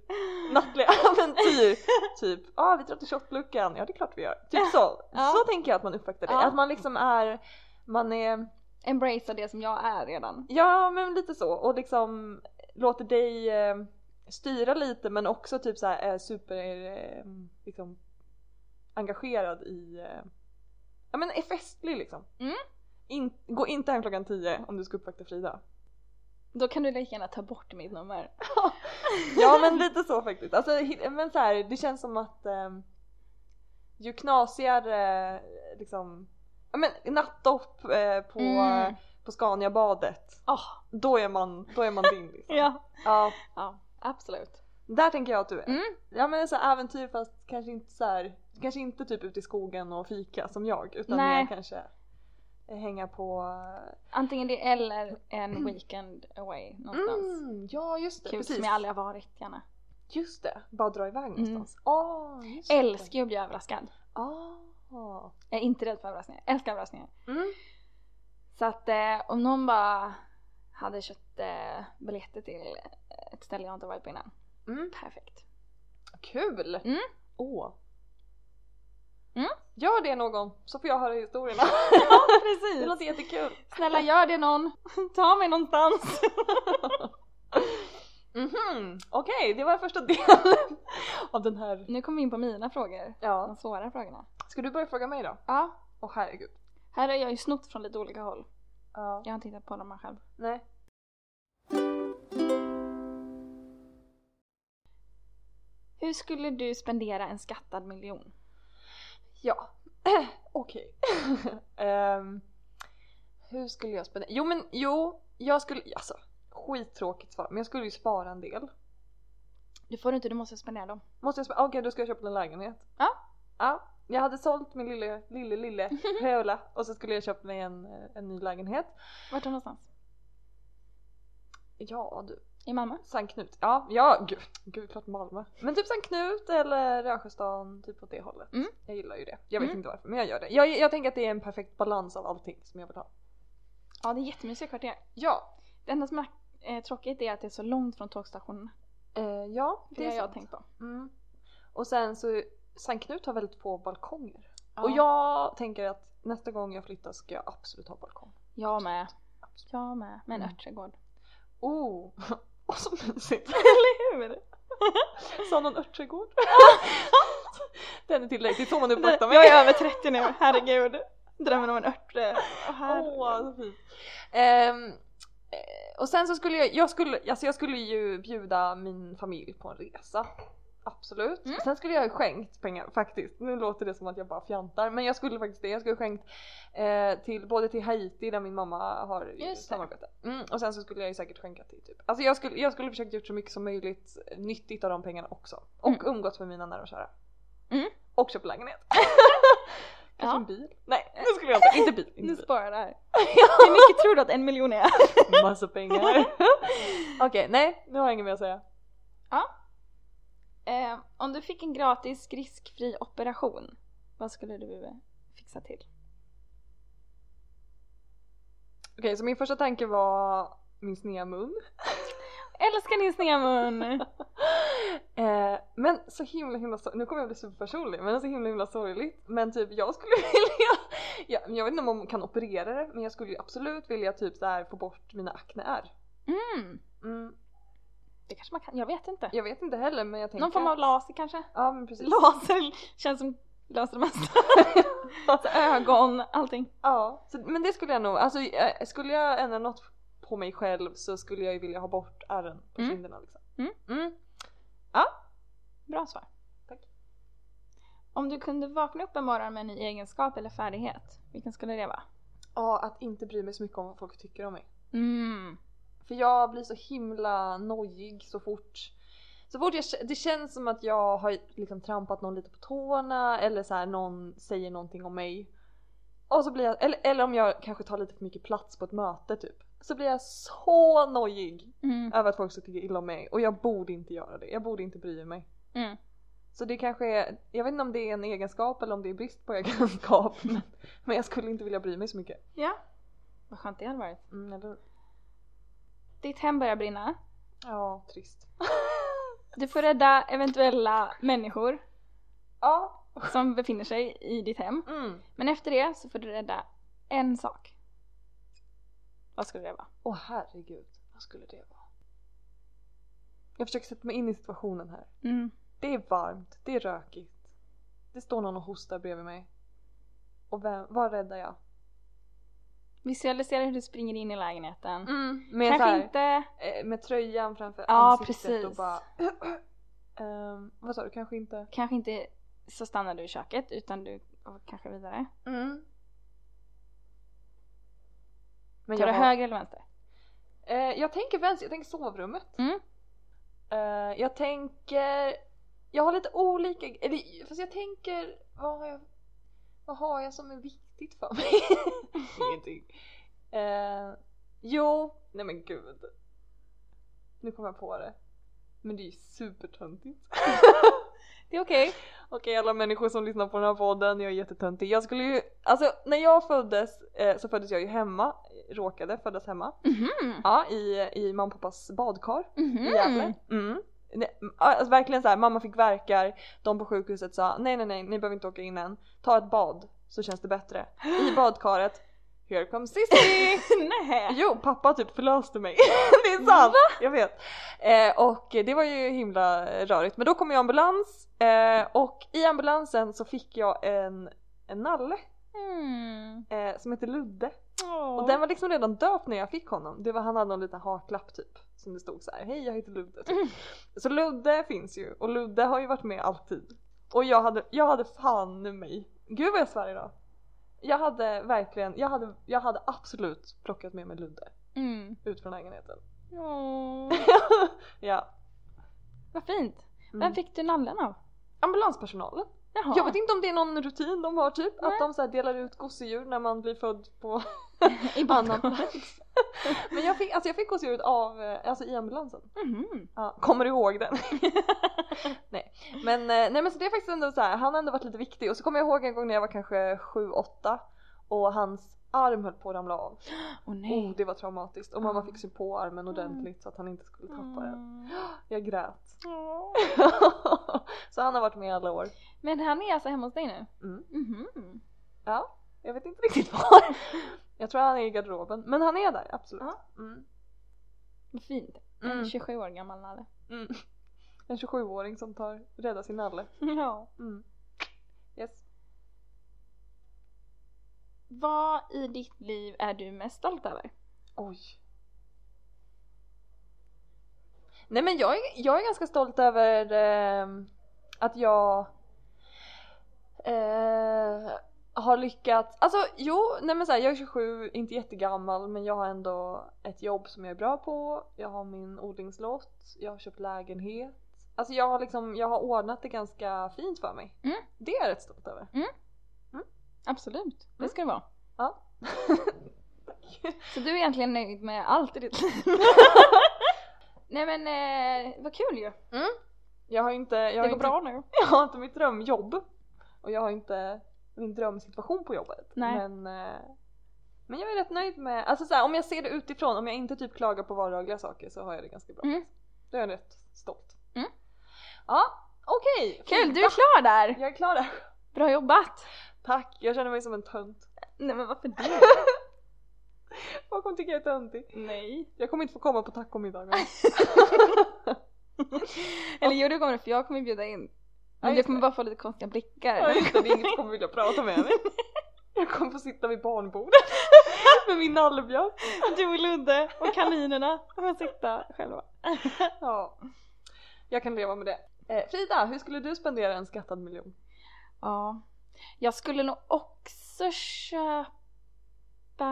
[SPEAKER 1] Nattliga äventyr! Typ, ja ah, vi drar till shotluckan, ja det är klart vi gör. Typ så.
[SPEAKER 2] Ja.
[SPEAKER 1] Så tänker jag att man uppvaktar dig.
[SPEAKER 2] Ja.
[SPEAKER 1] Att man liksom är, man är,
[SPEAKER 2] Embracea det som jag är redan.
[SPEAKER 1] ja men lite så och liksom låter dig eh, styra lite men också typ så här är super, eh, liksom engagerad i, eh, ja men är festlig liksom.
[SPEAKER 2] Mm.
[SPEAKER 1] In, gå inte hem klockan tio om du ska uppvakta Frida.
[SPEAKER 2] Då kan du lika gärna ta bort mitt nummer.
[SPEAKER 1] Ja men lite så faktiskt. Alltså, hi- men så här, det känns som att ehm, ju knasigare eh, liksom, ja, men nattdopp eh, på,
[SPEAKER 2] Mm.
[SPEAKER 1] på Scaniabadet,
[SPEAKER 2] Ah,
[SPEAKER 1] då är man, då är man din liksom.
[SPEAKER 2] ja.
[SPEAKER 1] ja.
[SPEAKER 2] ja, absolut.
[SPEAKER 1] Där tänker jag att du är.
[SPEAKER 2] Mm.
[SPEAKER 1] Ja men så här, äventyr fast kanske inte så här, kanske inte typ ute i skogen och fika som jag utan
[SPEAKER 2] Nej.
[SPEAKER 1] mer kanske eh, hänga på
[SPEAKER 2] Antingen det eller en weekend away någonstans.
[SPEAKER 1] mm, ja just det,
[SPEAKER 2] Kul
[SPEAKER 1] precis.
[SPEAKER 2] som jag aldrig har varit gärna.
[SPEAKER 1] Just det, bara dra iväg någonstans. Åh, just det.
[SPEAKER 2] Älskar ju att bli överraskad.
[SPEAKER 1] Ah.
[SPEAKER 2] Jag är inte rädd för överraskningar, älskar överraskningar.
[SPEAKER 1] Mm.
[SPEAKER 2] Så att eh, om någon bara hade köpt eh, biljetter till eh, ett ställe jag inte varit på innan.
[SPEAKER 1] Mm.
[SPEAKER 2] Perfekt.
[SPEAKER 1] Kul!
[SPEAKER 2] Mm.
[SPEAKER 1] Åh.
[SPEAKER 2] Mm.
[SPEAKER 1] Gör det någon så får jag höra historierna.
[SPEAKER 2] Ja
[SPEAKER 1] Det
[SPEAKER 2] precis!
[SPEAKER 1] låter jättekul.
[SPEAKER 2] Snälla gör det någon! Ta mig någonstans!
[SPEAKER 1] Mhm, Okej, det var första delen av den här.
[SPEAKER 2] Nu kommer vi in på mina frågor.
[SPEAKER 1] Ja.
[SPEAKER 2] De svåra frågorna.
[SPEAKER 1] Ska du börja fråga mig då?
[SPEAKER 2] Ja,
[SPEAKER 1] Åh herregud.
[SPEAKER 2] här har jag ju snott från lite olika håll.
[SPEAKER 1] Ja.
[SPEAKER 2] Jag har inte hittat på dem här själv.
[SPEAKER 1] Nej.
[SPEAKER 2] Hur skulle du spendera en skattad miljon?
[SPEAKER 1] Ja. Okej. Ehm, hur skulle jag spendera? Jo men jo, jag skulle, alltså skittråkigt svar men jag skulle ju spara en del.
[SPEAKER 2] Det får du inte, du måste spendera dem.
[SPEAKER 1] Måste jag spara? Okej då ska jag köpa en lägenhet.
[SPEAKER 2] Ja.
[SPEAKER 1] Ja. Jag hade sålt min lille, lille, lille höla och så skulle jag köpt mig en, eh, en ny lägenhet.
[SPEAKER 2] Vart då någonstans?
[SPEAKER 1] Ja du,
[SPEAKER 2] I Malmö?
[SPEAKER 1] Sankt Knut. Ja, ja gud, gud klart Malmö. Men typ Sankt Knut eller Rösjöstan, typ åt det hållet.
[SPEAKER 2] Mm.
[SPEAKER 1] Jag gillar ju det. Jag vet
[SPEAKER 2] Mm.
[SPEAKER 1] inte varför men jag gör det. Jag, jag tänker att det är en perfekt balans av allting som jag vill ha.
[SPEAKER 2] Ja, det är jättemysiga kvarter.
[SPEAKER 1] Ja,
[SPEAKER 2] Det enda som är eh, tråkigt är att det är så långt från tågstationen.
[SPEAKER 1] eh, ja
[SPEAKER 2] Det,
[SPEAKER 1] det
[SPEAKER 2] har
[SPEAKER 1] är
[SPEAKER 2] jag
[SPEAKER 1] sant.
[SPEAKER 2] tänkt på.
[SPEAKER 1] Mm. Och sen så, Sankt Knut har väldigt få balkonger.
[SPEAKER 2] Ja.
[SPEAKER 1] Och jag tänker att nästa gång jag flyttar ska jag absolut ha balkong.
[SPEAKER 2] Jag med. Jag med. Med en
[SPEAKER 1] Mm.
[SPEAKER 2] örträdgård.
[SPEAKER 1] Oh, och så mysigt!
[SPEAKER 2] Eller hur?
[SPEAKER 1] Sa någon örträdgård? Den är tillräckligt så om du
[SPEAKER 2] Det-
[SPEAKER 1] pratar
[SPEAKER 2] Jag
[SPEAKER 1] med.
[SPEAKER 2] är över 30 nu, herregud. Drömmen om en ört. Åh herregud.
[SPEAKER 1] Åh, så fint. Ehm, eh, och sen så skulle jag, jag skulle, alltså jag skulle ju bjuda min familj på en resa. Absolut.
[SPEAKER 2] Mm.
[SPEAKER 1] Sen skulle jag ha skänkt pengar faktiskt. Nu låter det som att jag bara fjantar men jag skulle faktiskt det. Jag skulle ha skänkt eh, till, både till Haiti där min mamma har ju
[SPEAKER 2] Just det.
[SPEAKER 1] samarbete. Mm, och sen så skulle jag ju säkert skänka till typ. Alltså jag skulle, jag skulle försökt gjort så mycket som möjligt nyttigt av de pengarna också. Och
[SPEAKER 2] Mm.
[SPEAKER 1] umgåtts med mina nära och kära.
[SPEAKER 2] Mm.
[SPEAKER 1] Och köpt lägenhet. Kanske
[SPEAKER 2] Ja. Eh.
[SPEAKER 1] en bil? Nej det skulle jag inte. Inte bil. Inte
[SPEAKER 2] Nu
[SPEAKER 1] bil.
[SPEAKER 2] sparar jag det här. Hur mycket tror du att en miljon är?
[SPEAKER 1] Massa pengar. Okej, nej nu har jag inget mer att säga.
[SPEAKER 2] Eh, om du fick en gratis riskfri operation, vad skulle du eh, fixa till?
[SPEAKER 1] Okej, så min första tanke var min sneda mun.
[SPEAKER 2] Älskar din snedmun!
[SPEAKER 1] Eh, men så himla himla sorgligt, nu kommer jag bli superpersonlig, men så himla himla sorgligt. Men typ jag skulle vilja, ja, men jag vet inte om man kan operera det, men jag skulle ju absolut vilja typ så här få bort mina akneär.
[SPEAKER 2] Mm,
[SPEAKER 1] Mm,
[SPEAKER 2] det kanske man kan, jag vet inte.
[SPEAKER 1] jag vet inte heller men jag tänker...
[SPEAKER 2] Någon form av
[SPEAKER 1] att-
[SPEAKER 2] laser kanske?
[SPEAKER 1] Ja men precis.
[SPEAKER 2] Laser känns som löser det mesta. Så ögon, allting.
[SPEAKER 1] eh, Ja, så, men det skulle jag nog, alltså eh, skulle jag ändra något på mig själv så skulle jag ju vilja ha bort ärren på
[SPEAKER 2] Mm.
[SPEAKER 1] kinderna liksom.
[SPEAKER 2] Mm.
[SPEAKER 1] Mm.
[SPEAKER 2] Bra svar.
[SPEAKER 1] Tack.
[SPEAKER 2] Om du kunde vakna upp en morgon med en ny egenskap eller färdighet, vilken skulle det vara?
[SPEAKER 1] Ja, att inte bry mig så mycket om vad folk tycker om mig.
[SPEAKER 2] Mm.
[SPEAKER 1] För jag blir så himla nojig så fort så fort jag, det känns som att jag har liksom trampat någon lite på tårna eller så här någon säger någonting om mig. Och så blir jag, eller, eller om jag kanske tar lite för mycket plats på ett möte typ. Så blir jag så nojig
[SPEAKER 2] Mm.
[SPEAKER 1] över att folk ska tycka illa om mig och jag borde inte göra det. Jag borde inte bry mig.
[SPEAKER 2] Mm.
[SPEAKER 1] Så det kanske är, jag vet inte om det är en egenskap eller om det är brist på egenskap. Men, men jag skulle inte vilja bry mig så mycket.
[SPEAKER 2] Ja. Vad skönt det hade varit.
[SPEAKER 1] Mm, eller,
[SPEAKER 2] Ditt hem börjar brinna.
[SPEAKER 1] ja, trist.
[SPEAKER 2] Du får rädda eventuella människor
[SPEAKER 1] Ja.
[SPEAKER 2] som befinner sig i ditt hem.
[SPEAKER 1] Mm.
[SPEAKER 2] Men efter det så får du rädda en sak. Vad skulle det vara?
[SPEAKER 1] Åh herregud, vad skulle det vara? Jag försöker sätta mig in i situationen här.
[SPEAKER 2] Mm.
[SPEAKER 1] Det är varmt, det är rökigt. Det står någon och hostar bredvid mig. Och vem, vad räddar jag?
[SPEAKER 2] Visualisera hur du springer in i lägenheten.
[SPEAKER 1] Mm. Med, så
[SPEAKER 2] Kanske
[SPEAKER 1] här,
[SPEAKER 2] inte...
[SPEAKER 1] eh, med tröjan framför
[SPEAKER 2] Ja,
[SPEAKER 1] ansiktet och
[SPEAKER 2] precis.
[SPEAKER 1] bara... Ehm, vad sa du, kanske inte?
[SPEAKER 2] Kanske inte så stannar du i köket utan du går kanske vidare.
[SPEAKER 1] Men
[SPEAKER 2] Tar
[SPEAKER 1] jag,
[SPEAKER 2] du
[SPEAKER 1] har,
[SPEAKER 2] höger eller vänster?
[SPEAKER 1] eh, jag tänker vänster, jag tänker sovrummet.
[SPEAKER 2] Mm.
[SPEAKER 1] Eh, jag tänker... Jag har lite olika... Eller, fast jag tänker... Vad har jag, vad har jag som är viktigt för mig? Ingenting. Eh, jo, nej men gud. Nu kommer jag på det. Men det är ju supertöntigt.
[SPEAKER 2] Det är okej.
[SPEAKER 1] Okej alla människor som lyssnar på den här podden, jag är jättetöntig. Jag skulle ju, alltså när jag föddes eh, så föddes jag ju hemma, råkade föddas hemma.
[SPEAKER 2] Mhm.
[SPEAKER 1] Ja, i, i mamma och pappas badkar
[SPEAKER 2] Mhm.
[SPEAKER 1] i Gävle. Mm. Nej, Alltså, verkligen så här, mamma fick verkar, de på sjukhuset sa nej nej nej ni behöver inte åka in än, ta ett bad så känns det bättre. I badkaret, here comes sissy!
[SPEAKER 2] Nej.
[SPEAKER 1] Jo, pappa typ förlöste mig. det är sant, jag vet. Eh, och det var ju himla rörigt. Men då kom ju ambulans eh, och i ambulansen så fick jag en, en nalle
[SPEAKER 2] Mm.
[SPEAKER 1] eh, som heter Ludde.
[SPEAKER 2] Åh.
[SPEAKER 1] Och den var liksom redan döpt när jag fick honom. Det var, han hade någon liten haklapp typ. Som det stod så här: hej jag heter Ludde. Typ. Så Ludde finns ju och Ludde har ju varit med alltid. Och jag hade, jag hade fan mig. Gud vad jag svär idag. Jag hade verkligen, jag hade, jag hade absolut plockat med mig Ludde
[SPEAKER 2] Mm.
[SPEAKER 1] ut från lägenheten.
[SPEAKER 2] Åh.
[SPEAKER 1] ja.
[SPEAKER 2] Vad fint.
[SPEAKER 1] Mm.
[SPEAKER 2] Vem fick du nallen av?
[SPEAKER 1] Ambulanspersonalen.
[SPEAKER 2] Jaha.
[SPEAKER 1] Jag vet inte om det är någon rutin de har typ,
[SPEAKER 2] Nej.
[SPEAKER 1] att de så här delar ut gosedjur när man blir född på
[SPEAKER 2] I
[SPEAKER 1] annan
[SPEAKER 2] banan.
[SPEAKER 1] plats. Men jag fick, alltså jag fick gosedjuret av, eh, alltså i ambulansen.
[SPEAKER 2] Mhm.
[SPEAKER 1] Ja, kommer du ihåg den? nej. Men, eh, nej men så det är faktiskt ändå så här, han har ändå varit lite viktig och så kommer jag ihåg en gång när jag var kanske 7-8 och hans arm höll på att ramla av.
[SPEAKER 2] Åh
[SPEAKER 1] Oh,
[SPEAKER 2] nej.
[SPEAKER 1] det var traumatiskt och mamma
[SPEAKER 2] Ah.
[SPEAKER 1] fick sy på armen
[SPEAKER 2] Mm.
[SPEAKER 1] ordentligt så att han inte skulle tappa den.
[SPEAKER 2] Mm.
[SPEAKER 1] Jag grät.
[SPEAKER 2] Åh.
[SPEAKER 1] så han har varit med i alla år.
[SPEAKER 2] Mm. Men han är alltså hemma hos dig nu?
[SPEAKER 1] Mm.
[SPEAKER 2] Mhm.
[SPEAKER 1] Ja, jag vet inte riktigt var. Jag tror han är i garderoben, men han är där absolut.
[SPEAKER 2] Ja.
[SPEAKER 1] Mm.
[SPEAKER 2] Vad fint.
[SPEAKER 1] Mm.
[SPEAKER 2] En 27 år gammal nalle.
[SPEAKER 1] Mm. En 27-åring som tar, räddar sin nalle.
[SPEAKER 2] Ja.
[SPEAKER 1] Mm. Yes.
[SPEAKER 2] Vad i ditt liv är du mest stolt över?
[SPEAKER 1] Oj. Nej men jag, är- jag är ganska stolt över ehm, att jag eh, har lyckats, alltså jo, nej men så här, jag är 27, inte jättegammal men jag har ändå ett jobb som jag är bra på, jag har min odlingslott, jag har köpt lägenhet. Alltså jag har liksom, jag har ordnat det ganska fint för mig.
[SPEAKER 2] Mm.
[SPEAKER 1] Det är jag rätt stolt över.
[SPEAKER 2] Absolut, det
[SPEAKER 1] Mm.
[SPEAKER 2] ska det vara.
[SPEAKER 1] Ja.
[SPEAKER 2] Så du är egentligen nöjd med allt i ditt liv? Nej men eh, vad kul ju!
[SPEAKER 1] Jag har inte, jag har
[SPEAKER 2] Det går
[SPEAKER 1] inte
[SPEAKER 2] bra nu.
[SPEAKER 1] jag har inte mitt drömjobb och jag har inte min drömsituation på jobbet.
[SPEAKER 2] Nej.
[SPEAKER 1] Men, eh, men jag är rätt nöjd med, alltså så här, om jag ser det utifrån, om jag inte typ klagar på vardagliga saker så har jag det ganska bra.
[SPEAKER 2] Mm.
[SPEAKER 1] Då är jag rätt stolt.
[SPEAKER 2] Mm.
[SPEAKER 1] Ja, okej!
[SPEAKER 2] Kul, du är klar där!
[SPEAKER 1] Jag är klar där.
[SPEAKER 2] Bra jobbat!
[SPEAKER 1] Tack, jag känner mig som en tönt.
[SPEAKER 2] Nej men varför det?
[SPEAKER 1] Folk kommer tycka jag är töntig.
[SPEAKER 2] Nej.
[SPEAKER 1] Jag kommer inte få komma på tacomiddagen.
[SPEAKER 2] Eller jo det kommer du för jag kommer bjuda in.
[SPEAKER 1] Ja,
[SPEAKER 2] Men du
[SPEAKER 1] just det.
[SPEAKER 2] kommer bara få lite konstiga
[SPEAKER 1] Jag
[SPEAKER 2] blickar.
[SPEAKER 1] vet inte, det är ingen som kommer vilja prata med mig. Jag kommer få sitta vid barnbordet med min nallebjörn.
[SPEAKER 2] Du och Ludde och kaninerna får sitta själva.
[SPEAKER 1] Ja, jag kan leva med det. Eh, Frida, hur skulle du spendera en skattad miljon?
[SPEAKER 2] Ja. Jag skulle nog också köpa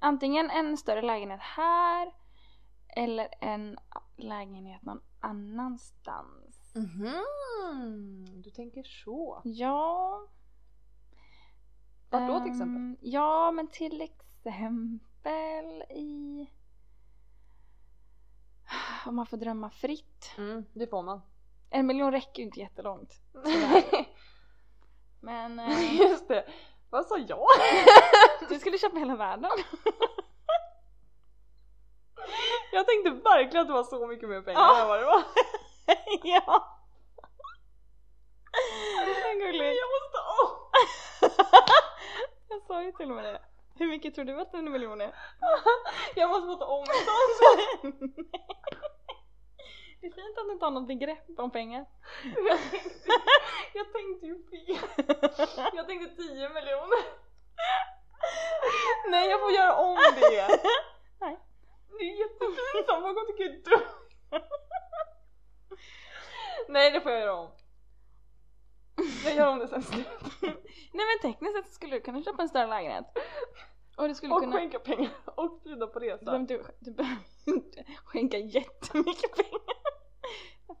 [SPEAKER 2] antingen en större lägenhet här eller en lägenhet någon annanstans.
[SPEAKER 1] Mm. Mhm. Du tänker så.
[SPEAKER 2] Ja.
[SPEAKER 1] Vart då
[SPEAKER 2] Ehm,
[SPEAKER 1] till exempel?
[SPEAKER 2] Ja, men till exempel i... Om man får drömma fritt.
[SPEAKER 1] Mm, det får man.
[SPEAKER 2] En miljon räcker ju inte jättelångt. Men eh,
[SPEAKER 1] Just det. Vad sa jag?
[SPEAKER 2] du skulle köpa hela världen.
[SPEAKER 1] Jag tänkte verkligen att det var så mycket mer pengar
[SPEAKER 2] Ja.
[SPEAKER 1] än vad det var.
[SPEAKER 2] ja. Vad gulligt.
[SPEAKER 1] Jag måste åh!
[SPEAKER 2] Jag sa ju till och med det. Hur mycket tror du att en miljon är?
[SPEAKER 1] Jag måste få ta ångest.
[SPEAKER 2] det är fint att du inte har något begrepp om pengar.
[SPEAKER 1] Jag tänkte, jag tänkte ju fel. Jag tänkte 10 miljoner. Nej, jag får göra om det.
[SPEAKER 2] Nej.
[SPEAKER 1] Det är jättepinsamt, folk tycker jag är dum. Nej, det får jag göra om. Jag gör om det sen
[SPEAKER 2] Nej men tekniskt sett skulle du kunna köpa en större lägenhet. Och du skulle
[SPEAKER 1] Och
[SPEAKER 2] kunna...
[SPEAKER 1] skänka pengar och bjuda på
[SPEAKER 2] Du
[SPEAKER 1] resa.
[SPEAKER 2] behöver inte- du behöver inte skänka jättemycket pengar.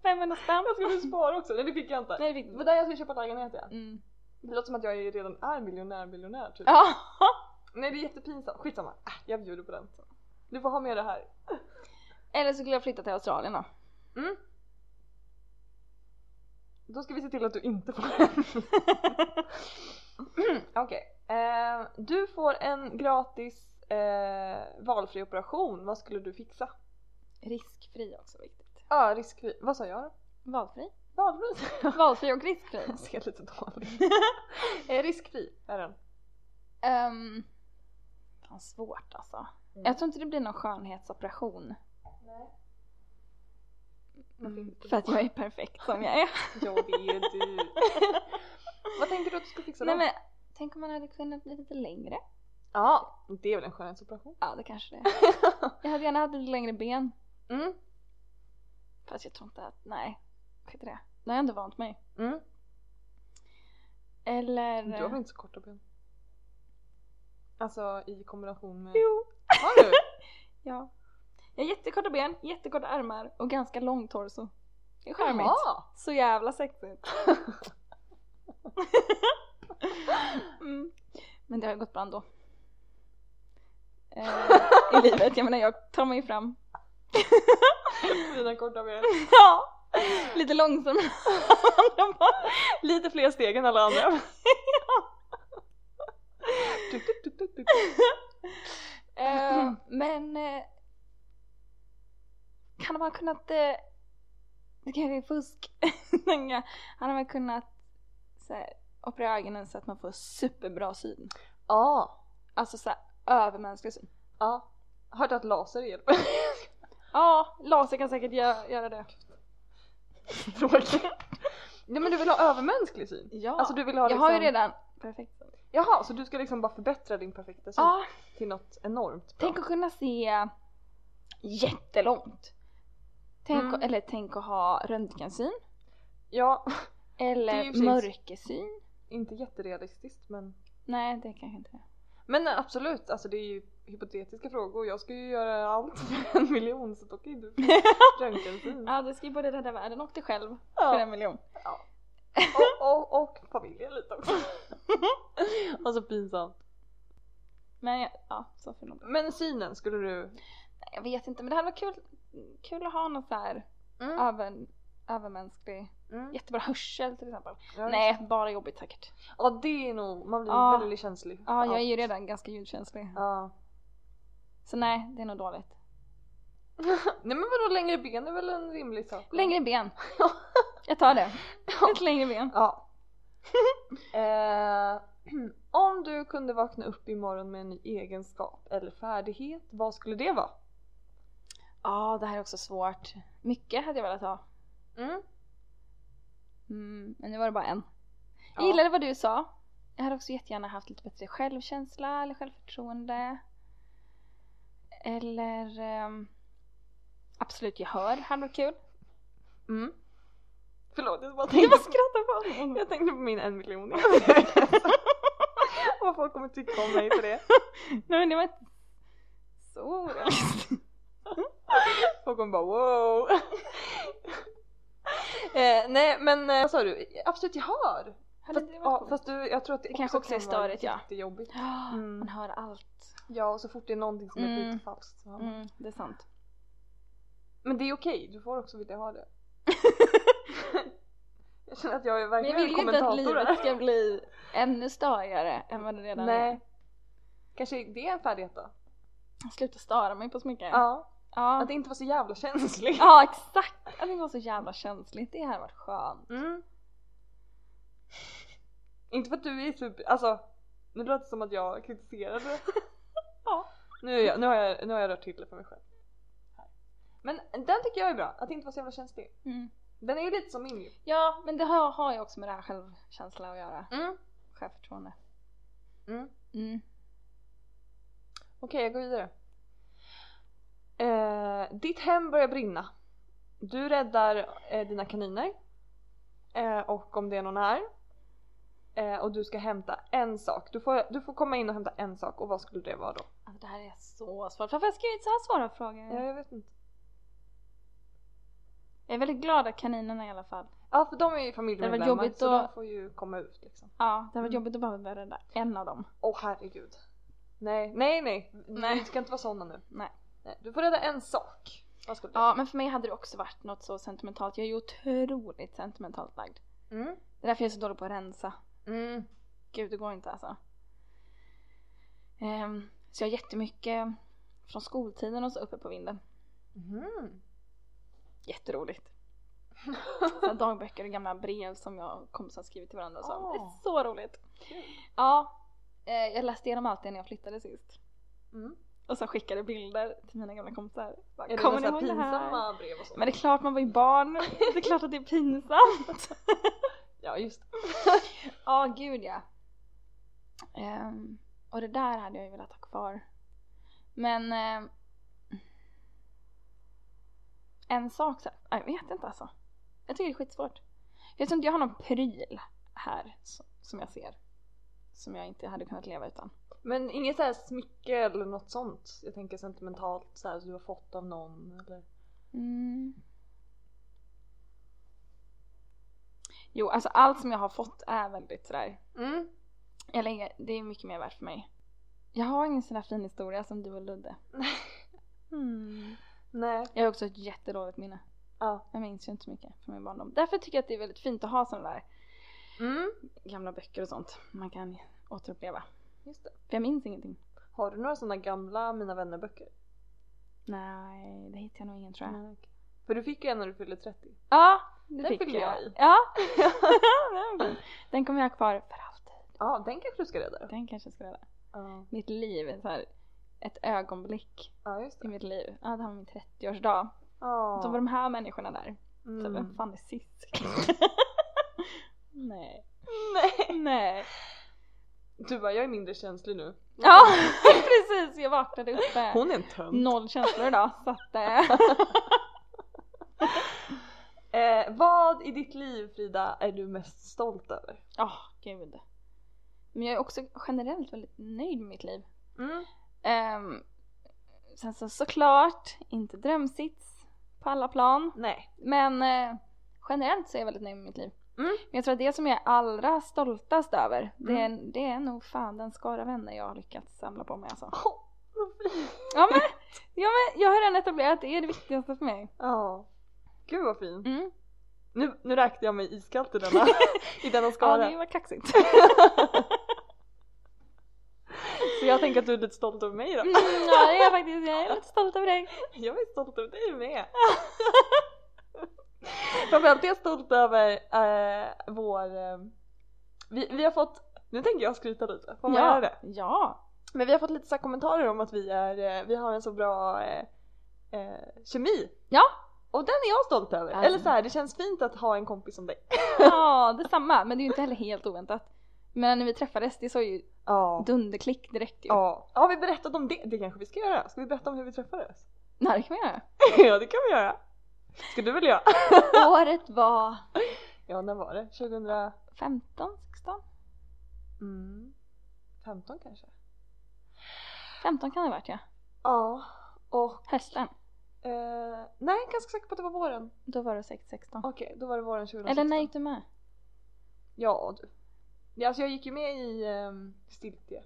[SPEAKER 2] 500 spänn.
[SPEAKER 1] Jag skulle spara också, nej det fick jag inte.
[SPEAKER 2] Nej, det fick
[SPEAKER 1] Det
[SPEAKER 2] du
[SPEAKER 1] var
[SPEAKER 2] inte.
[SPEAKER 1] där jag skulle köpa lägenhet ja.
[SPEAKER 2] Mm.
[SPEAKER 1] Det låter som att jag redan är miljonär miljonär typ.
[SPEAKER 2] Ja.
[SPEAKER 1] Nej det är jättepinsamt, skitsamma. Äh, Jag bjuder på den. Du får ha med det här.
[SPEAKER 2] Eller så skulle jag flytta till Australien då.
[SPEAKER 1] Då ska vi se till att du inte får den. Okej. Eh, du får en gratis eh, valfri operation. Vad skulle du fixa?
[SPEAKER 2] Riskfri är också viktigt.
[SPEAKER 1] Ja, riskfri. Vad sa jag då?
[SPEAKER 2] Valfri.
[SPEAKER 1] Valfri?
[SPEAKER 2] Valfri och riskfri.
[SPEAKER 1] Jag ser lite dålig. eh, riskfri är den.
[SPEAKER 2] Um, fan svårt alltså. Jag tror inte det blir någon skönhetsoperation. Mm, för att jag är perfekt som jag är.
[SPEAKER 1] Ja, det är du. Vad tänker du att du ska fixa då?
[SPEAKER 2] Nej men tänk om man hade kunnat bli lite längre.
[SPEAKER 1] Ja, det är väl en skönhetsoperation?
[SPEAKER 2] Ja det kanske det är. Jag hade gärna haft lite längre ben.
[SPEAKER 1] Mm.
[SPEAKER 2] Fast jag tror inte att, nej. Skit i det. Nu har jag inte vant mig.
[SPEAKER 1] Mm.
[SPEAKER 2] Eller...
[SPEAKER 1] Du har väl inte så korta ben? Alltså i kombination med...
[SPEAKER 2] Jo.
[SPEAKER 1] Har du?
[SPEAKER 2] Ja. Jag har jättekorta ben, jättekorta armar och ganska lång torso. Det är charmigt.
[SPEAKER 1] Jaha.
[SPEAKER 2] Så jävla sexigt. mm. Men det har ju gått bra ändå. Eh, I livet, jag menar jag tar mig ju fram.
[SPEAKER 1] Dina korta ben.
[SPEAKER 2] Ja. Lite långsamt.
[SPEAKER 1] Lite fler steg än alla andra.
[SPEAKER 2] eh, men eh, kan de ha kunnat, eh, det kanske är fusk, Men ja, han har väl kunnat så här, operera ögonen så att man får superbra syn.
[SPEAKER 1] Ja.
[SPEAKER 2] Alltså så här, övermänsklig syn.
[SPEAKER 1] Ja. Hört att laser hjälper.
[SPEAKER 2] Ja, laser kan säkert gö- göra det.
[SPEAKER 1] Tråkigt. Nej men du vill ha övermänsklig syn?
[SPEAKER 2] Ja,
[SPEAKER 1] Alltså du vill ha
[SPEAKER 2] jag
[SPEAKER 1] liksom...
[SPEAKER 2] har ju redan perfekt. Ja,
[SPEAKER 1] Jaha, så du ska liksom bara förbättra din perfekta syn till något enormt bra.
[SPEAKER 2] tänk att kunna se jättelångt. Tänk,
[SPEAKER 1] Mm.
[SPEAKER 2] Eller tänk att ha röntgensyn.
[SPEAKER 1] Ja, Det är ju
[SPEAKER 2] Eller
[SPEAKER 1] precis-
[SPEAKER 2] mörkersyn.
[SPEAKER 1] inte jätterealistiskt men
[SPEAKER 2] Nej, det kanske inte är.
[SPEAKER 1] Men absolut, alltså det är ju hypotetiska frågor. Jag ska ju göra allt för en miljon så då kan ju du få röntgensyn.
[SPEAKER 2] Ja, du ska ju både rädda världen och dig själv för
[SPEAKER 1] Ja.
[SPEAKER 2] en miljon.
[SPEAKER 1] Och, och, och familjen lite också. Och
[SPEAKER 2] Alltså,
[SPEAKER 1] så pinsamt.
[SPEAKER 2] Men jag, ja, så för någon.
[SPEAKER 1] Men synen skulle
[SPEAKER 2] Mm.
[SPEAKER 1] du...
[SPEAKER 2] Jag vet inte, men det hade varit kul, kul att ha något så här
[SPEAKER 1] Mm.
[SPEAKER 2] över, övermänsklig,
[SPEAKER 1] Mm.
[SPEAKER 2] jättebra hörsel till exempel.
[SPEAKER 1] Ja,
[SPEAKER 2] Nej, bara jobbigt säkert.
[SPEAKER 1] Ja det är nog, man blir
[SPEAKER 2] Ja.
[SPEAKER 1] väldigt känslig.
[SPEAKER 2] Ja, jag är ju redan ganska ljudkänslig.
[SPEAKER 1] Ja.
[SPEAKER 2] Så nej, det är nog dåligt.
[SPEAKER 1] Nej men vadå längre ben är väl en rimlig sak?
[SPEAKER 2] Längre ben. Jag tar det.
[SPEAKER 1] Ja.
[SPEAKER 2] Ett längre ben.
[SPEAKER 1] Ja. eh, om du kunde vakna upp imorgon med en ny egenskap eller färdighet, vad skulle det vara?
[SPEAKER 2] Ja, det här är också svårt. Mycket hade jag velat ha.
[SPEAKER 1] Mm.
[SPEAKER 2] Mm, men nu var det bara en. Jag
[SPEAKER 1] Ja.
[SPEAKER 2] gillade vad du sa. Jag hade också jättegärna haft lite bättre självkänsla eller självförtroende. Eller ehm, absolut gehör, hade varit kul.
[SPEAKER 1] Mm. Förlåt, jag bara
[SPEAKER 2] Jag
[SPEAKER 1] tänkte,
[SPEAKER 2] bara skrattar på honom.
[SPEAKER 1] jag tänkte på min en miljon. Vad folk kommer tycka om mig för det.
[SPEAKER 2] Nej men det var inte så orealistiskt.
[SPEAKER 1] Folk kommer bara wow. eh, nej men eh, vad sa du? Absolut jag hör.
[SPEAKER 2] Hade
[SPEAKER 1] Fast,
[SPEAKER 2] inte det varit
[SPEAKER 1] ja,
[SPEAKER 2] coolt?
[SPEAKER 1] fast du, jag tror att det,
[SPEAKER 2] Det kanske också är
[SPEAKER 1] kan vara
[SPEAKER 2] störigt, ja.
[SPEAKER 1] jättejobbigt.
[SPEAKER 2] Ja,
[SPEAKER 1] Mm.
[SPEAKER 2] Man hör allt.
[SPEAKER 1] Ja och så fort det är någonting som är
[SPEAKER 2] Mm.
[SPEAKER 1] lite falskt så hör man.
[SPEAKER 2] Mm, det är sant.
[SPEAKER 1] Men det är okej, du får också vilja ha det. jag känner att jag är verkligen
[SPEAKER 2] Men jag vill ju inte att
[SPEAKER 1] kommentator
[SPEAKER 2] livet
[SPEAKER 1] här.
[SPEAKER 2] ska bli ännu störigare än vad det redan
[SPEAKER 1] Nej. Kanske det är en färdighet då?
[SPEAKER 2] är. Sluta störa mig på så mycket.
[SPEAKER 1] Ja.
[SPEAKER 2] Ja.
[SPEAKER 1] Att inte vara så jävla känslig.
[SPEAKER 2] ja exakt! Att det var så jävla känsligt, det hade varit skönt.
[SPEAKER 1] Mm. Inte för att du är super... Alltså, nu låter det som att jag kritiserade.
[SPEAKER 2] Ja.
[SPEAKER 1] Nu, är jag, nu, har jag, nu har jag rört till det för mig själv. Här. Men den tycker jag är bra, att inte vara så jävla känslig.
[SPEAKER 2] Mm.
[SPEAKER 1] Den är ju lite som min ju.
[SPEAKER 2] Ja men det har, har ju också med det här självkänsla att göra,
[SPEAKER 1] Mm.
[SPEAKER 2] självförtroende.
[SPEAKER 1] Mm.
[SPEAKER 2] Mm.
[SPEAKER 1] Okej, jag går vidare. Eh, ditt hem börjar brinna. Du räddar eh, dina kaniner. Eh, och om det är någon här. Eh, och du ska hämta en sak. Du får, du får komma in och hämta en sak och vad skulle det vara då?
[SPEAKER 2] Alltså det här är så svårt, varför har jag skrivit så här svåra frågor?
[SPEAKER 1] Ja, jag vet inte.
[SPEAKER 2] Jag är väldigt glad att kaninerna i alla fall.
[SPEAKER 1] Ja, för de är ju
[SPEAKER 2] Det
[SPEAKER 1] familjemedlemmar
[SPEAKER 2] var jobbigt
[SPEAKER 1] så
[SPEAKER 2] att-
[SPEAKER 1] de får ju komma ut liksom.
[SPEAKER 2] Ja, det var
[SPEAKER 1] Mm.
[SPEAKER 2] jobbigt att behöva rädda en av dem.
[SPEAKER 1] Åh herregud. Nej, nej, nej.
[SPEAKER 2] Nej.
[SPEAKER 1] Du ska inte vara såna nu.
[SPEAKER 2] Nej.
[SPEAKER 1] nej. Du får rädda en sak. Vad skulle det
[SPEAKER 2] Ja men för mig hade det också varit något så sentimentalt, jag är ju otroligt sentimentalt lagd.
[SPEAKER 1] vara? Mm.
[SPEAKER 2] Det är därför jag är så dålig på att rensa.
[SPEAKER 1] Mm.
[SPEAKER 2] Gud, det går inte alltså. Ehm, så jag har jättemycket från skoltiden och så uppe på vinden.
[SPEAKER 1] Mhm.
[SPEAKER 2] Jätteroligt. Såna dagböcker och gamla brev som jag och kompisar skrivit till varandra och så.
[SPEAKER 1] Åh.
[SPEAKER 2] Det är så roligt.
[SPEAKER 1] Kul.
[SPEAKER 2] Ja, eh, jag läste igenom allt det när jag flyttade sist.
[SPEAKER 1] Mm.
[SPEAKER 2] Och så skickade bilder till mina gamla kompisar. Bara,
[SPEAKER 1] Är det
[SPEAKER 2] Kommer
[SPEAKER 1] några
[SPEAKER 2] ni
[SPEAKER 1] så här
[SPEAKER 2] ihåg det här?
[SPEAKER 1] pinsamma brev och så?
[SPEAKER 2] Men det är klart man var ju barn. Det är klart att det är pinsamt.
[SPEAKER 1] Ja, just det.
[SPEAKER 2] Ja, gud ja. Ehm, och det där hade jag ju velat ha kvar. Men... ehm, en sak så... Jag vet inte alltså. Jag tycker det är skitsvårt. Jag tror inte jag har någon pryl här s- som jag ser. Som jag inte hade kunnat leva utan.
[SPEAKER 1] Men inget så här smycke eller något sånt? Jag tänker sentimentalt så här som du har fått av någon eller?
[SPEAKER 2] Mm. Jo, alltså allt som jag har fått är väldigt sådär
[SPEAKER 1] Mm.
[SPEAKER 2] Jag lägger, det är mycket mer värt för mig. Jag har ingen sån här fin historia som du och Ludde. Mm.
[SPEAKER 1] Nej.
[SPEAKER 2] Jag har också ett jättedåligt minne.
[SPEAKER 1] Ja.
[SPEAKER 2] Jag minns ju inte så mycket från min barndom. Därför tycker jag att det är väldigt fint att ha sådana där
[SPEAKER 1] Mm.
[SPEAKER 2] gamla böcker och sånt man kan återuppleva.
[SPEAKER 1] Just det.
[SPEAKER 2] För jag minns ingenting.
[SPEAKER 1] Har du några sådana gamla Mina vänner böcker?
[SPEAKER 2] Nej, det hittar jag nog ingen tror jag.
[SPEAKER 1] Nej. För du fick ju en när du fyllde 30.
[SPEAKER 2] Ja, det
[SPEAKER 1] Den
[SPEAKER 2] fick
[SPEAKER 1] fyllde jag i.
[SPEAKER 2] Ja. Den var fin. Den kommer jag ha kvar för alltid.
[SPEAKER 1] Ja, den kanske du ska rädda då?
[SPEAKER 2] Den kanske jag ska rädda.
[SPEAKER 1] Ja.
[SPEAKER 2] Mitt liv, är så här, ett ögonblick
[SPEAKER 1] Ja, just
[SPEAKER 2] i
[SPEAKER 1] det.
[SPEAKER 2] mitt liv. Ja, det här var min 30-årsdag.
[SPEAKER 1] Ja.
[SPEAKER 2] Då var de här människorna där. Så
[SPEAKER 1] Mm.
[SPEAKER 2] vem fan är Cissi? Nej.
[SPEAKER 1] Nej.
[SPEAKER 2] Nej.
[SPEAKER 1] Du bara, jag är mindre känslig nu.
[SPEAKER 2] Ja precis, jag vaknade upp med
[SPEAKER 1] Hon är en tönt.
[SPEAKER 2] noll känslor idag så att, eh,
[SPEAKER 1] Eh, vad i ditt liv Frida är du mest stolt över?
[SPEAKER 2] ja gud. Men jag är också generellt väldigt nöjd med mitt liv.
[SPEAKER 1] Mm.
[SPEAKER 2] Ehm, sen så såklart, inte drömsits på alla plan.
[SPEAKER 1] Nej.
[SPEAKER 2] Men eh, generellt så är jag väldigt nöjd med mitt liv.
[SPEAKER 1] Mm.
[SPEAKER 2] Men jag tror att det som jag är allra stoltast över, det, är, det är nog fan den skara vänner jag har lyckats samla på mig alltså.
[SPEAKER 1] Åh, vad fint.
[SPEAKER 2] Ja men, ja, men jag har redan etablerat att det är det viktigaste för mig.
[SPEAKER 1] Ja. Gud vad fint.
[SPEAKER 2] Mm.
[SPEAKER 1] Nu, nu räknade jag mig iskallt i denna, i denna
[SPEAKER 2] Ja
[SPEAKER 1] skara.
[SPEAKER 2] det var kaxigt.
[SPEAKER 1] Så jag tänker att du är lite stolt över mig då.
[SPEAKER 2] Mm, ja det är jag faktiskt, jag är lite stolt över dig.
[SPEAKER 1] Jag är stolt över dig med. Framförallt är jag stolt över eh, vår... Eh, vi, vi har fått... Nu tänker jag skryta lite, får man
[SPEAKER 2] ja.
[SPEAKER 1] göra det?
[SPEAKER 2] Ja.
[SPEAKER 1] Men vi har fått lite så här kommentarer om att vi, är, eh, vi har en så bra eh, eh, kemi.
[SPEAKER 2] Ja.
[SPEAKER 1] Och den är jag stolt över.
[SPEAKER 2] Ja.
[SPEAKER 1] Eller så här, det känns fint att ha en kompis som dig.
[SPEAKER 2] ja, detsamma. Men det är ju inte heller helt oväntat. Men när vi träffades, det såg ju
[SPEAKER 1] Ja.
[SPEAKER 2] dunderklick direkt ju.
[SPEAKER 1] Ja. Har vi berättat om det? Det kanske vi ska göra? Ska vi berätta om hur vi träffades?
[SPEAKER 2] Nej, det kan man göra.
[SPEAKER 1] ja det kan vi göra. Ska du väl göra?
[SPEAKER 2] Året var
[SPEAKER 1] Ja när var det? 2000?
[SPEAKER 2] 15, 16?
[SPEAKER 1] Mm. 15 kanske?
[SPEAKER 2] 15 kan det ha varit ja.
[SPEAKER 1] Ja. Och
[SPEAKER 2] Hösten.
[SPEAKER 1] eh, nej ganska säker på att det var våren.
[SPEAKER 2] Då var du säkert 16.
[SPEAKER 1] Okej då var det våren 2016.
[SPEAKER 2] Eller när gick du med?
[SPEAKER 1] Ja du. Ja, alltså jag gick ju med i um, Stiltje.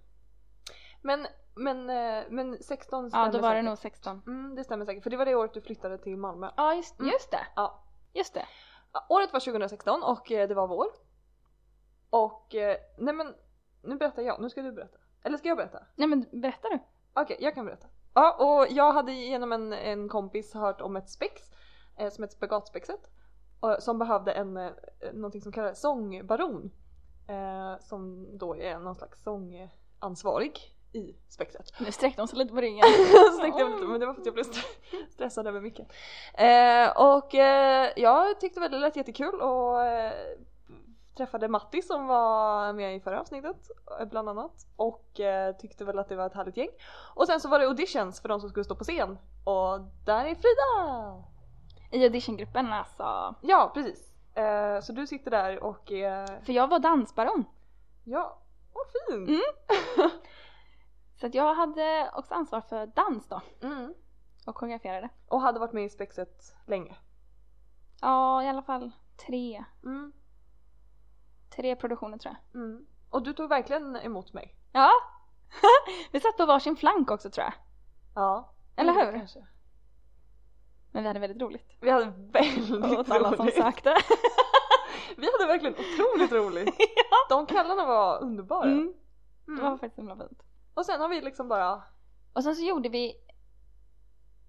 [SPEAKER 1] Men, men, eh, men 16 stämmer
[SPEAKER 2] Ja, då var det
[SPEAKER 1] säkert.
[SPEAKER 2] nog 16.
[SPEAKER 1] Mm, det stämmer säkert för det var det året du flyttade till Malmö.
[SPEAKER 2] Ja, just,
[SPEAKER 1] Mm.
[SPEAKER 2] just det.
[SPEAKER 1] Ja.
[SPEAKER 2] Just det.
[SPEAKER 1] Ja, Året var 2016 och eh, det var vår. Och eh, nej men nu berättar jag, nu ska du berätta. Eller ska jag berätta?
[SPEAKER 2] Nej men berätta du.
[SPEAKER 1] Okej, jag kan berätta. Ja, och jag hade genom en, en kompis hört om ett spex eh, som heter Spagatspexet och- som behövde en, eh, någonting som kallas sångbaron eh, som då är någon slags sångansvarig i spexet.
[SPEAKER 2] Nu sträckte hon sig lite på ryggen.
[SPEAKER 1] Så tänkte jag, lite, men det var för att jag blev st- stressad över micken. Eh, och eh, jag tyckte väl det lät jättekul och eh, träffade Matti som var med i förra avsnittet eh, bland annat och eh, tyckte väl att det var ett härligt gäng. Och sen så var det auditions för de som skulle stå på scen och där är Frida!
[SPEAKER 2] I auditiongruppen alltså.
[SPEAKER 1] Ja precis. Eh, så du sitter där och är,
[SPEAKER 2] För jag var dansbaron.
[SPEAKER 1] ja, vad fint!
[SPEAKER 2] Mm. Så att jag hade också ansvar för dans då.
[SPEAKER 1] Mm.
[SPEAKER 2] Och koreograferade.
[SPEAKER 1] Och hade varit med i spexet länge.
[SPEAKER 2] Ja, i alla fall tre.
[SPEAKER 1] Mm.
[SPEAKER 2] Tre produktioner tror jag.
[SPEAKER 1] Mm. Och du tog verkligen emot mig.
[SPEAKER 2] Ja. vi satt på varsin flank också tror jag.
[SPEAKER 1] Ja.
[SPEAKER 2] Eller
[SPEAKER 1] Mm,
[SPEAKER 2] hur?
[SPEAKER 1] Kanske.
[SPEAKER 2] Men vi hade väldigt roligt.
[SPEAKER 1] Vi hade väldigt
[SPEAKER 2] Åt alla som
[SPEAKER 1] roligt.
[SPEAKER 2] sökte.
[SPEAKER 1] Vi hade verkligen otroligt roligt. De kvällarna var underbara.
[SPEAKER 2] Mm. Det var
[SPEAKER 1] Mm.
[SPEAKER 2] faktiskt himla fint.
[SPEAKER 1] Och sen har vi liksom bara,
[SPEAKER 2] Och sen så gjorde vi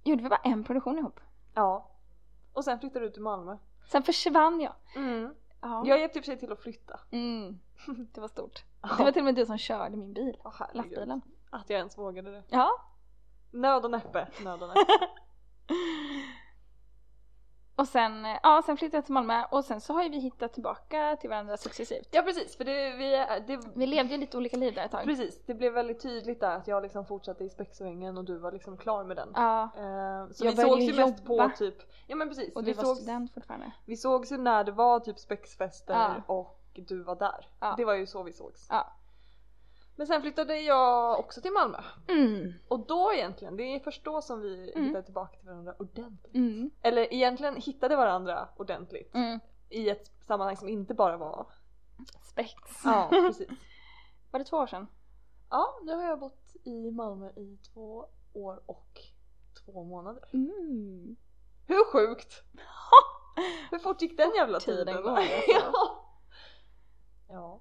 [SPEAKER 2] Gjorde vi bara en produktion ihop.
[SPEAKER 1] ja. Och sen flyttade du till Malmö.
[SPEAKER 2] Sen försvann jag. Ja.
[SPEAKER 1] Jag hjälpte i och för sig till att flytta.
[SPEAKER 2] Mm. Det var stort. Det var till och med du som körde min bil.
[SPEAKER 1] Åh, herregud.
[SPEAKER 2] Lastbilen.
[SPEAKER 1] Att jag ens vågade det.
[SPEAKER 2] Ja.
[SPEAKER 1] Nöd och näppe. Nöd och näppe.
[SPEAKER 2] Och sen, eh, ja, sen flyttade jag till Malmö och sen så har ju vi hittat tillbaka till varandra successivt.
[SPEAKER 1] ja precis, för det, vi, det,
[SPEAKER 2] Vi levde ju lite olika liv där ett tag.
[SPEAKER 1] precis, det blev väldigt tydligt där att jag liksom fortsatte i spexoängen och du var liksom klar med den.
[SPEAKER 2] Ja.
[SPEAKER 1] Eh, Så
[SPEAKER 2] Jag
[SPEAKER 1] vi
[SPEAKER 2] började
[SPEAKER 1] sågs ju
[SPEAKER 2] ju
[SPEAKER 1] mest på
[SPEAKER 2] jobba.
[SPEAKER 1] typ, ja men precis.
[SPEAKER 2] Och
[SPEAKER 1] vi,
[SPEAKER 2] du var
[SPEAKER 1] sågs,
[SPEAKER 2] student fortfarande.
[SPEAKER 1] vi sågs ju när det var typ spexfester
[SPEAKER 2] Ja.
[SPEAKER 1] och du var där.
[SPEAKER 2] Ja.
[SPEAKER 1] Det var ju så vi sågs.
[SPEAKER 2] Ja.
[SPEAKER 1] Men sen flyttade jag också till Malmö.
[SPEAKER 2] Mm.
[SPEAKER 1] Och då egentligen, det är först då som vi
[SPEAKER 2] Mm.
[SPEAKER 1] hittade tillbaka till varandra ordentligt.
[SPEAKER 2] Mm.
[SPEAKER 1] Eller egentligen hittade varandra ordentligt
[SPEAKER 2] Mm.
[SPEAKER 1] i ett sammanhang som inte bara var...
[SPEAKER 2] Spex.
[SPEAKER 1] Ja, precis.
[SPEAKER 2] Var det två år sedan?
[SPEAKER 1] Ja, nu har jag bott i Malmö i två år och två månader.
[SPEAKER 2] Mm.
[SPEAKER 1] Hur sjukt! Hur fort gick den jävla
[SPEAKER 2] Tiden
[SPEAKER 1] tiden?
[SPEAKER 2] går, alltså.
[SPEAKER 1] ja. ja.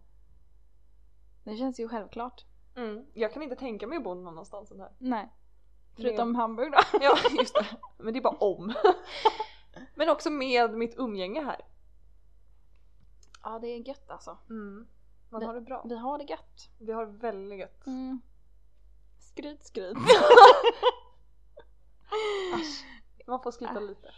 [SPEAKER 2] Det känns ju självklart.
[SPEAKER 1] Mm. Jag kan inte tänka mig att bo någon annanstans än här.
[SPEAKER 2] Nej.
[SPEAKER 1] Det-
[SPEAKER 2] Förutom Hamburg då.
[SPEAKER 1] Ja, just det. Men det är bara om. Men också med mitt umgänge här.
[SPEAKER 2] Ja det är gött alltså.
[SPEAKER 1] Mm. Man
[SPEAKER 2] Det-
[SPEAKER 1] har det bra.
[SPEAKER 2] Vi har det gött.
[SPEAKER 1] Vi har det väldigt gött.
[SPEAKER 2] Mm. Skryt skryt.
[SPEAKER 1] Man får skryta lite.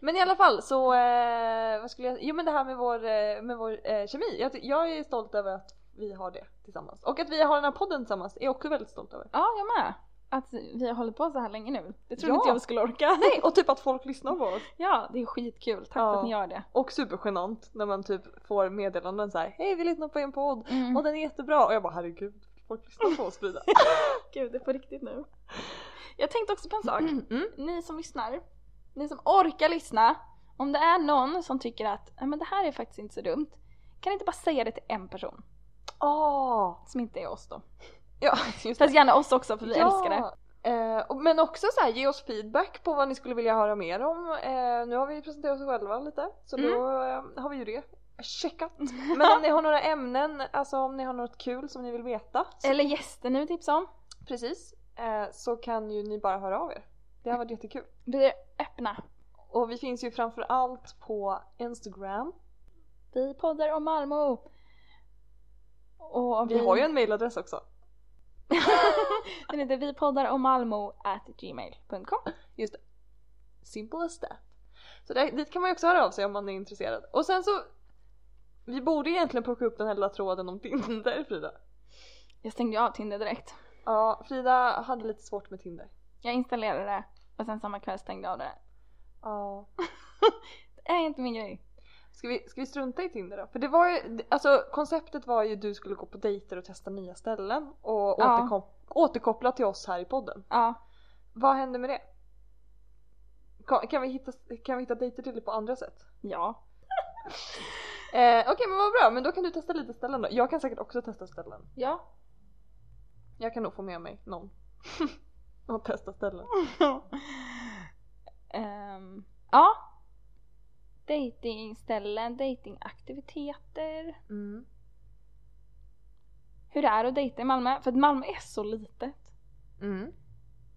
[SPEAKER 1] Men i alla fall så, eh, vad skulle jag Jo men det här med vår, eh, med vår eh, kemi. Jag, ty- jag är stolt över att vi har det tillsammans. Och att vi har den här podden tillsammans är jag också väldigt stolt över.
[SPEAKER 2] Ja, jag med. Att vi har hållit på så här länge nu. Det trodde
[SPEAKER 1] Ja.
[SPEAKER 2] inte jag vi skulle orka.
[SPEAKER 1] Nej, och typ att folk lyssnar på oss.
[SPEAKER 2] Ja, det är skitkul. Tack
[SPEAKER 1] Ja.
[SPEAKER 2] för att ni gör det.
[SPEAKER 1] Och supergenant när man typ får meddelanden så här: Hej vi lyssnar på en podd
[SPEAKER 2] Mm.
[SPEAKER 1] och den är jättebra och jag bara herregud folk lyssnar på oss Frida.
[SPEAKER 2] Gud, det är på riktigt nu. Jag tänkte också på en sak.
[SPEAKER 1] Mm.
[SPEAKER 2] Ni som lyssnar, ni som orkar lyssna. Om det är någon som tycker att "Nej, men det här är faktiskt inte så dumt. Kan ni inte bara säga det till en person?
[SPEAKER 1] Ah,
[SPEAKER 2] Som inte är oss då.
[SPEAKER 1] ja, just
[SPEAKER 2] Fast gärna oss också för vi älskar det.
[SPEAKER 1] Eh, och- men också så här, ge oss feedback på vad ni skulle vilja höra mer om. Eh, nu har vi presenterat oss själva lite så
[SPEAKER 2] Mm.
[SPEAKER 1] då eh, har vi ju det checkat. Men om ni har några ämnen, alltså om ni har något kul som ni vill veta, så,
[SPEAKER 2] Eller gäster ni vill tipsa om.
[SPEAKER 1] precis, eh, så kan ju ni bara höra av er. Det har varit jättekul.
[SPEAKER 2] Vi är öppna.
[SPEAKER 1] Och vi finns ju framför allt på Instagram.
[SPEAKER 2] Vi poddar om Malmö. Och
[SPEAKER 1] Vi har ju en mailadress också.
[SPEAKER 2] Den heter vi poddar om Malmö at gmail.com.
[SPEAKER 1] Simple as that. Så där, dit kan man ju också höra av sig om man är intresserad. Och sen så, vi borde egentligen plocka upp den här lilla tråden om Tinder Frida.
[SPEAKER 2] Jag stängde ju av Tinder direkt.
[SPEAKER 1] Ja, Frida hade lite svårt med Tinder.
[SPEAKER 2] Jag installerade det och sen samma kväll stängde jag av det.
[SPEAKER 1] Ja.
[SPEAKER 2] Det är inte min grej.
[SPEAKER 1] Ska vi, ska vi strunta i Tinder då? För det var ju, alltså konceptet var ju du skulle gå på dejter och testa nya ställen och
[SPEAKER 2] Ja.
[SPEAKER 1] återkom, återkoppla till oss här i podden.
[SPEAKER 2] Ja,
[SPEAKER 1] Vad hände med det? Ka- Kan vi hitta, kan vi hitta dejter till dig på andra sätt?
[SPEAKER 2] ja.
[SPEAKER 1] Eh, Okej men vad bra, men då kan du testa lite ställen då. Jag kan säkert också testa ställen.
[SPEAKER 2] Ja.
[SPEAKER 1] Jag kan nog få med mig någon. och testa ställen.
[SPEAKER 2] Ehm, ja. Datingställen, datingaktiviteter.
[SPEAKER 1] Mm.
[SPEAKER 2] Hur det är att dejta i Malmö. För att Malmö är så litet.
[SPEAKER 1] Mm.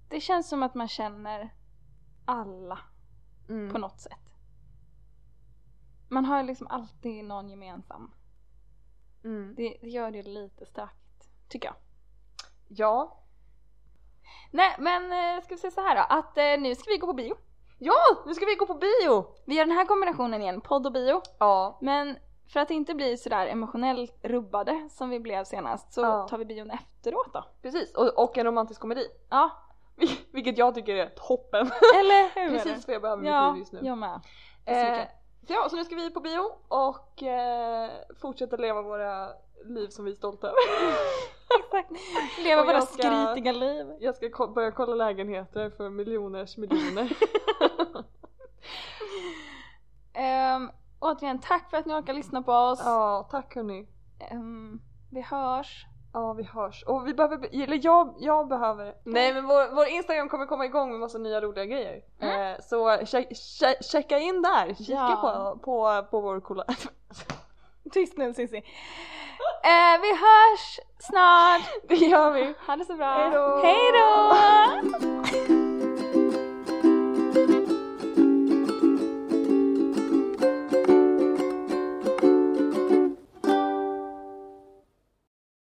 [SPEAKER 2] Det känns som att man känner alla
[SPEAKER 1] Mm.
[SPEAKER 2] på något sätt. Man har liksom alltid någon gemensam.
[SPEAKER 1] Mm.
[SPEAKER 2] Det, det gör det lite stökigt, tycker jag.
[SPEAKER 1] Ja.
[SPEAKER 2] Nej, men eh, ska vi säga så här då, att eh, nu ska vi gå på bio.
[SPEAKER 1] Ja! Nu ska vi gå på bio!
[SPEAKER 2] Vi gör den här kombinationen igen, podd och bio.
[SPEAKER 1] Ja.
[SPEAKER 2] Men för att inte bli sådär emotionellt rubbade som vi blev senast så
[SPEAKER 1] Ja.
[SPEAKER 2] tar vi bion efteråt då.
[SPEAKER 1] Precis, och, och en romantisk komedi.
[SPEAKER 2] Ja,
[SPEAKER 1] Vil- Vilket jag tycker är toppen.
[SPEAKER 2] eller hur?
[SPEAKER 1] Precis vad jag behöver i mitt
[SPEAKER 2] Ja,
[SPEAKER 1] liv just nu.
[SPEAKER 2] jag med.
[SPEAKER 1] eh, så ja, så nu ska vi på bio och eh, fortsätta leva våra liv som vi är stolta över.
[SPEAKER 2] Exakt. Leva
[SPEAKER 1] Och
[SPEAKER 2] våra
[SPEAKER 1] jag ska-
[SPEAKER 2] skrytiga liv.
[SPEAKER 1] Jag ska ko- börja kolla lägenheter för miljoners miljoner.
[SPEAKER 2] Ehm, återigen, tack för att ni orkar lyssna på oss.
[SPEAKER 1] ja, tack hörni.
[SPEAKER 2] Ehm, vi hörs.
[SPEAKER 1] Ja, vi hörs. Och vi behöver, be- eller jag, jag behöver. Nej men vår, vår Instagram kommer komma igång med massa nya roliga grejer. Eh, så check, check, checka in där, kika
[SPEAKER 2] Ja.
[SPEAKER 1] på, på, på vår coola...
[SPEAKER 2] Tyst nu Cissi. Ehm, vi hörs snart.
[SPEAKER 1] det gör vi.
[SPEAKER 2] Ha det så bra.
[SPEAKER 1] Hej då.
[SPEAKER 2] Hej då.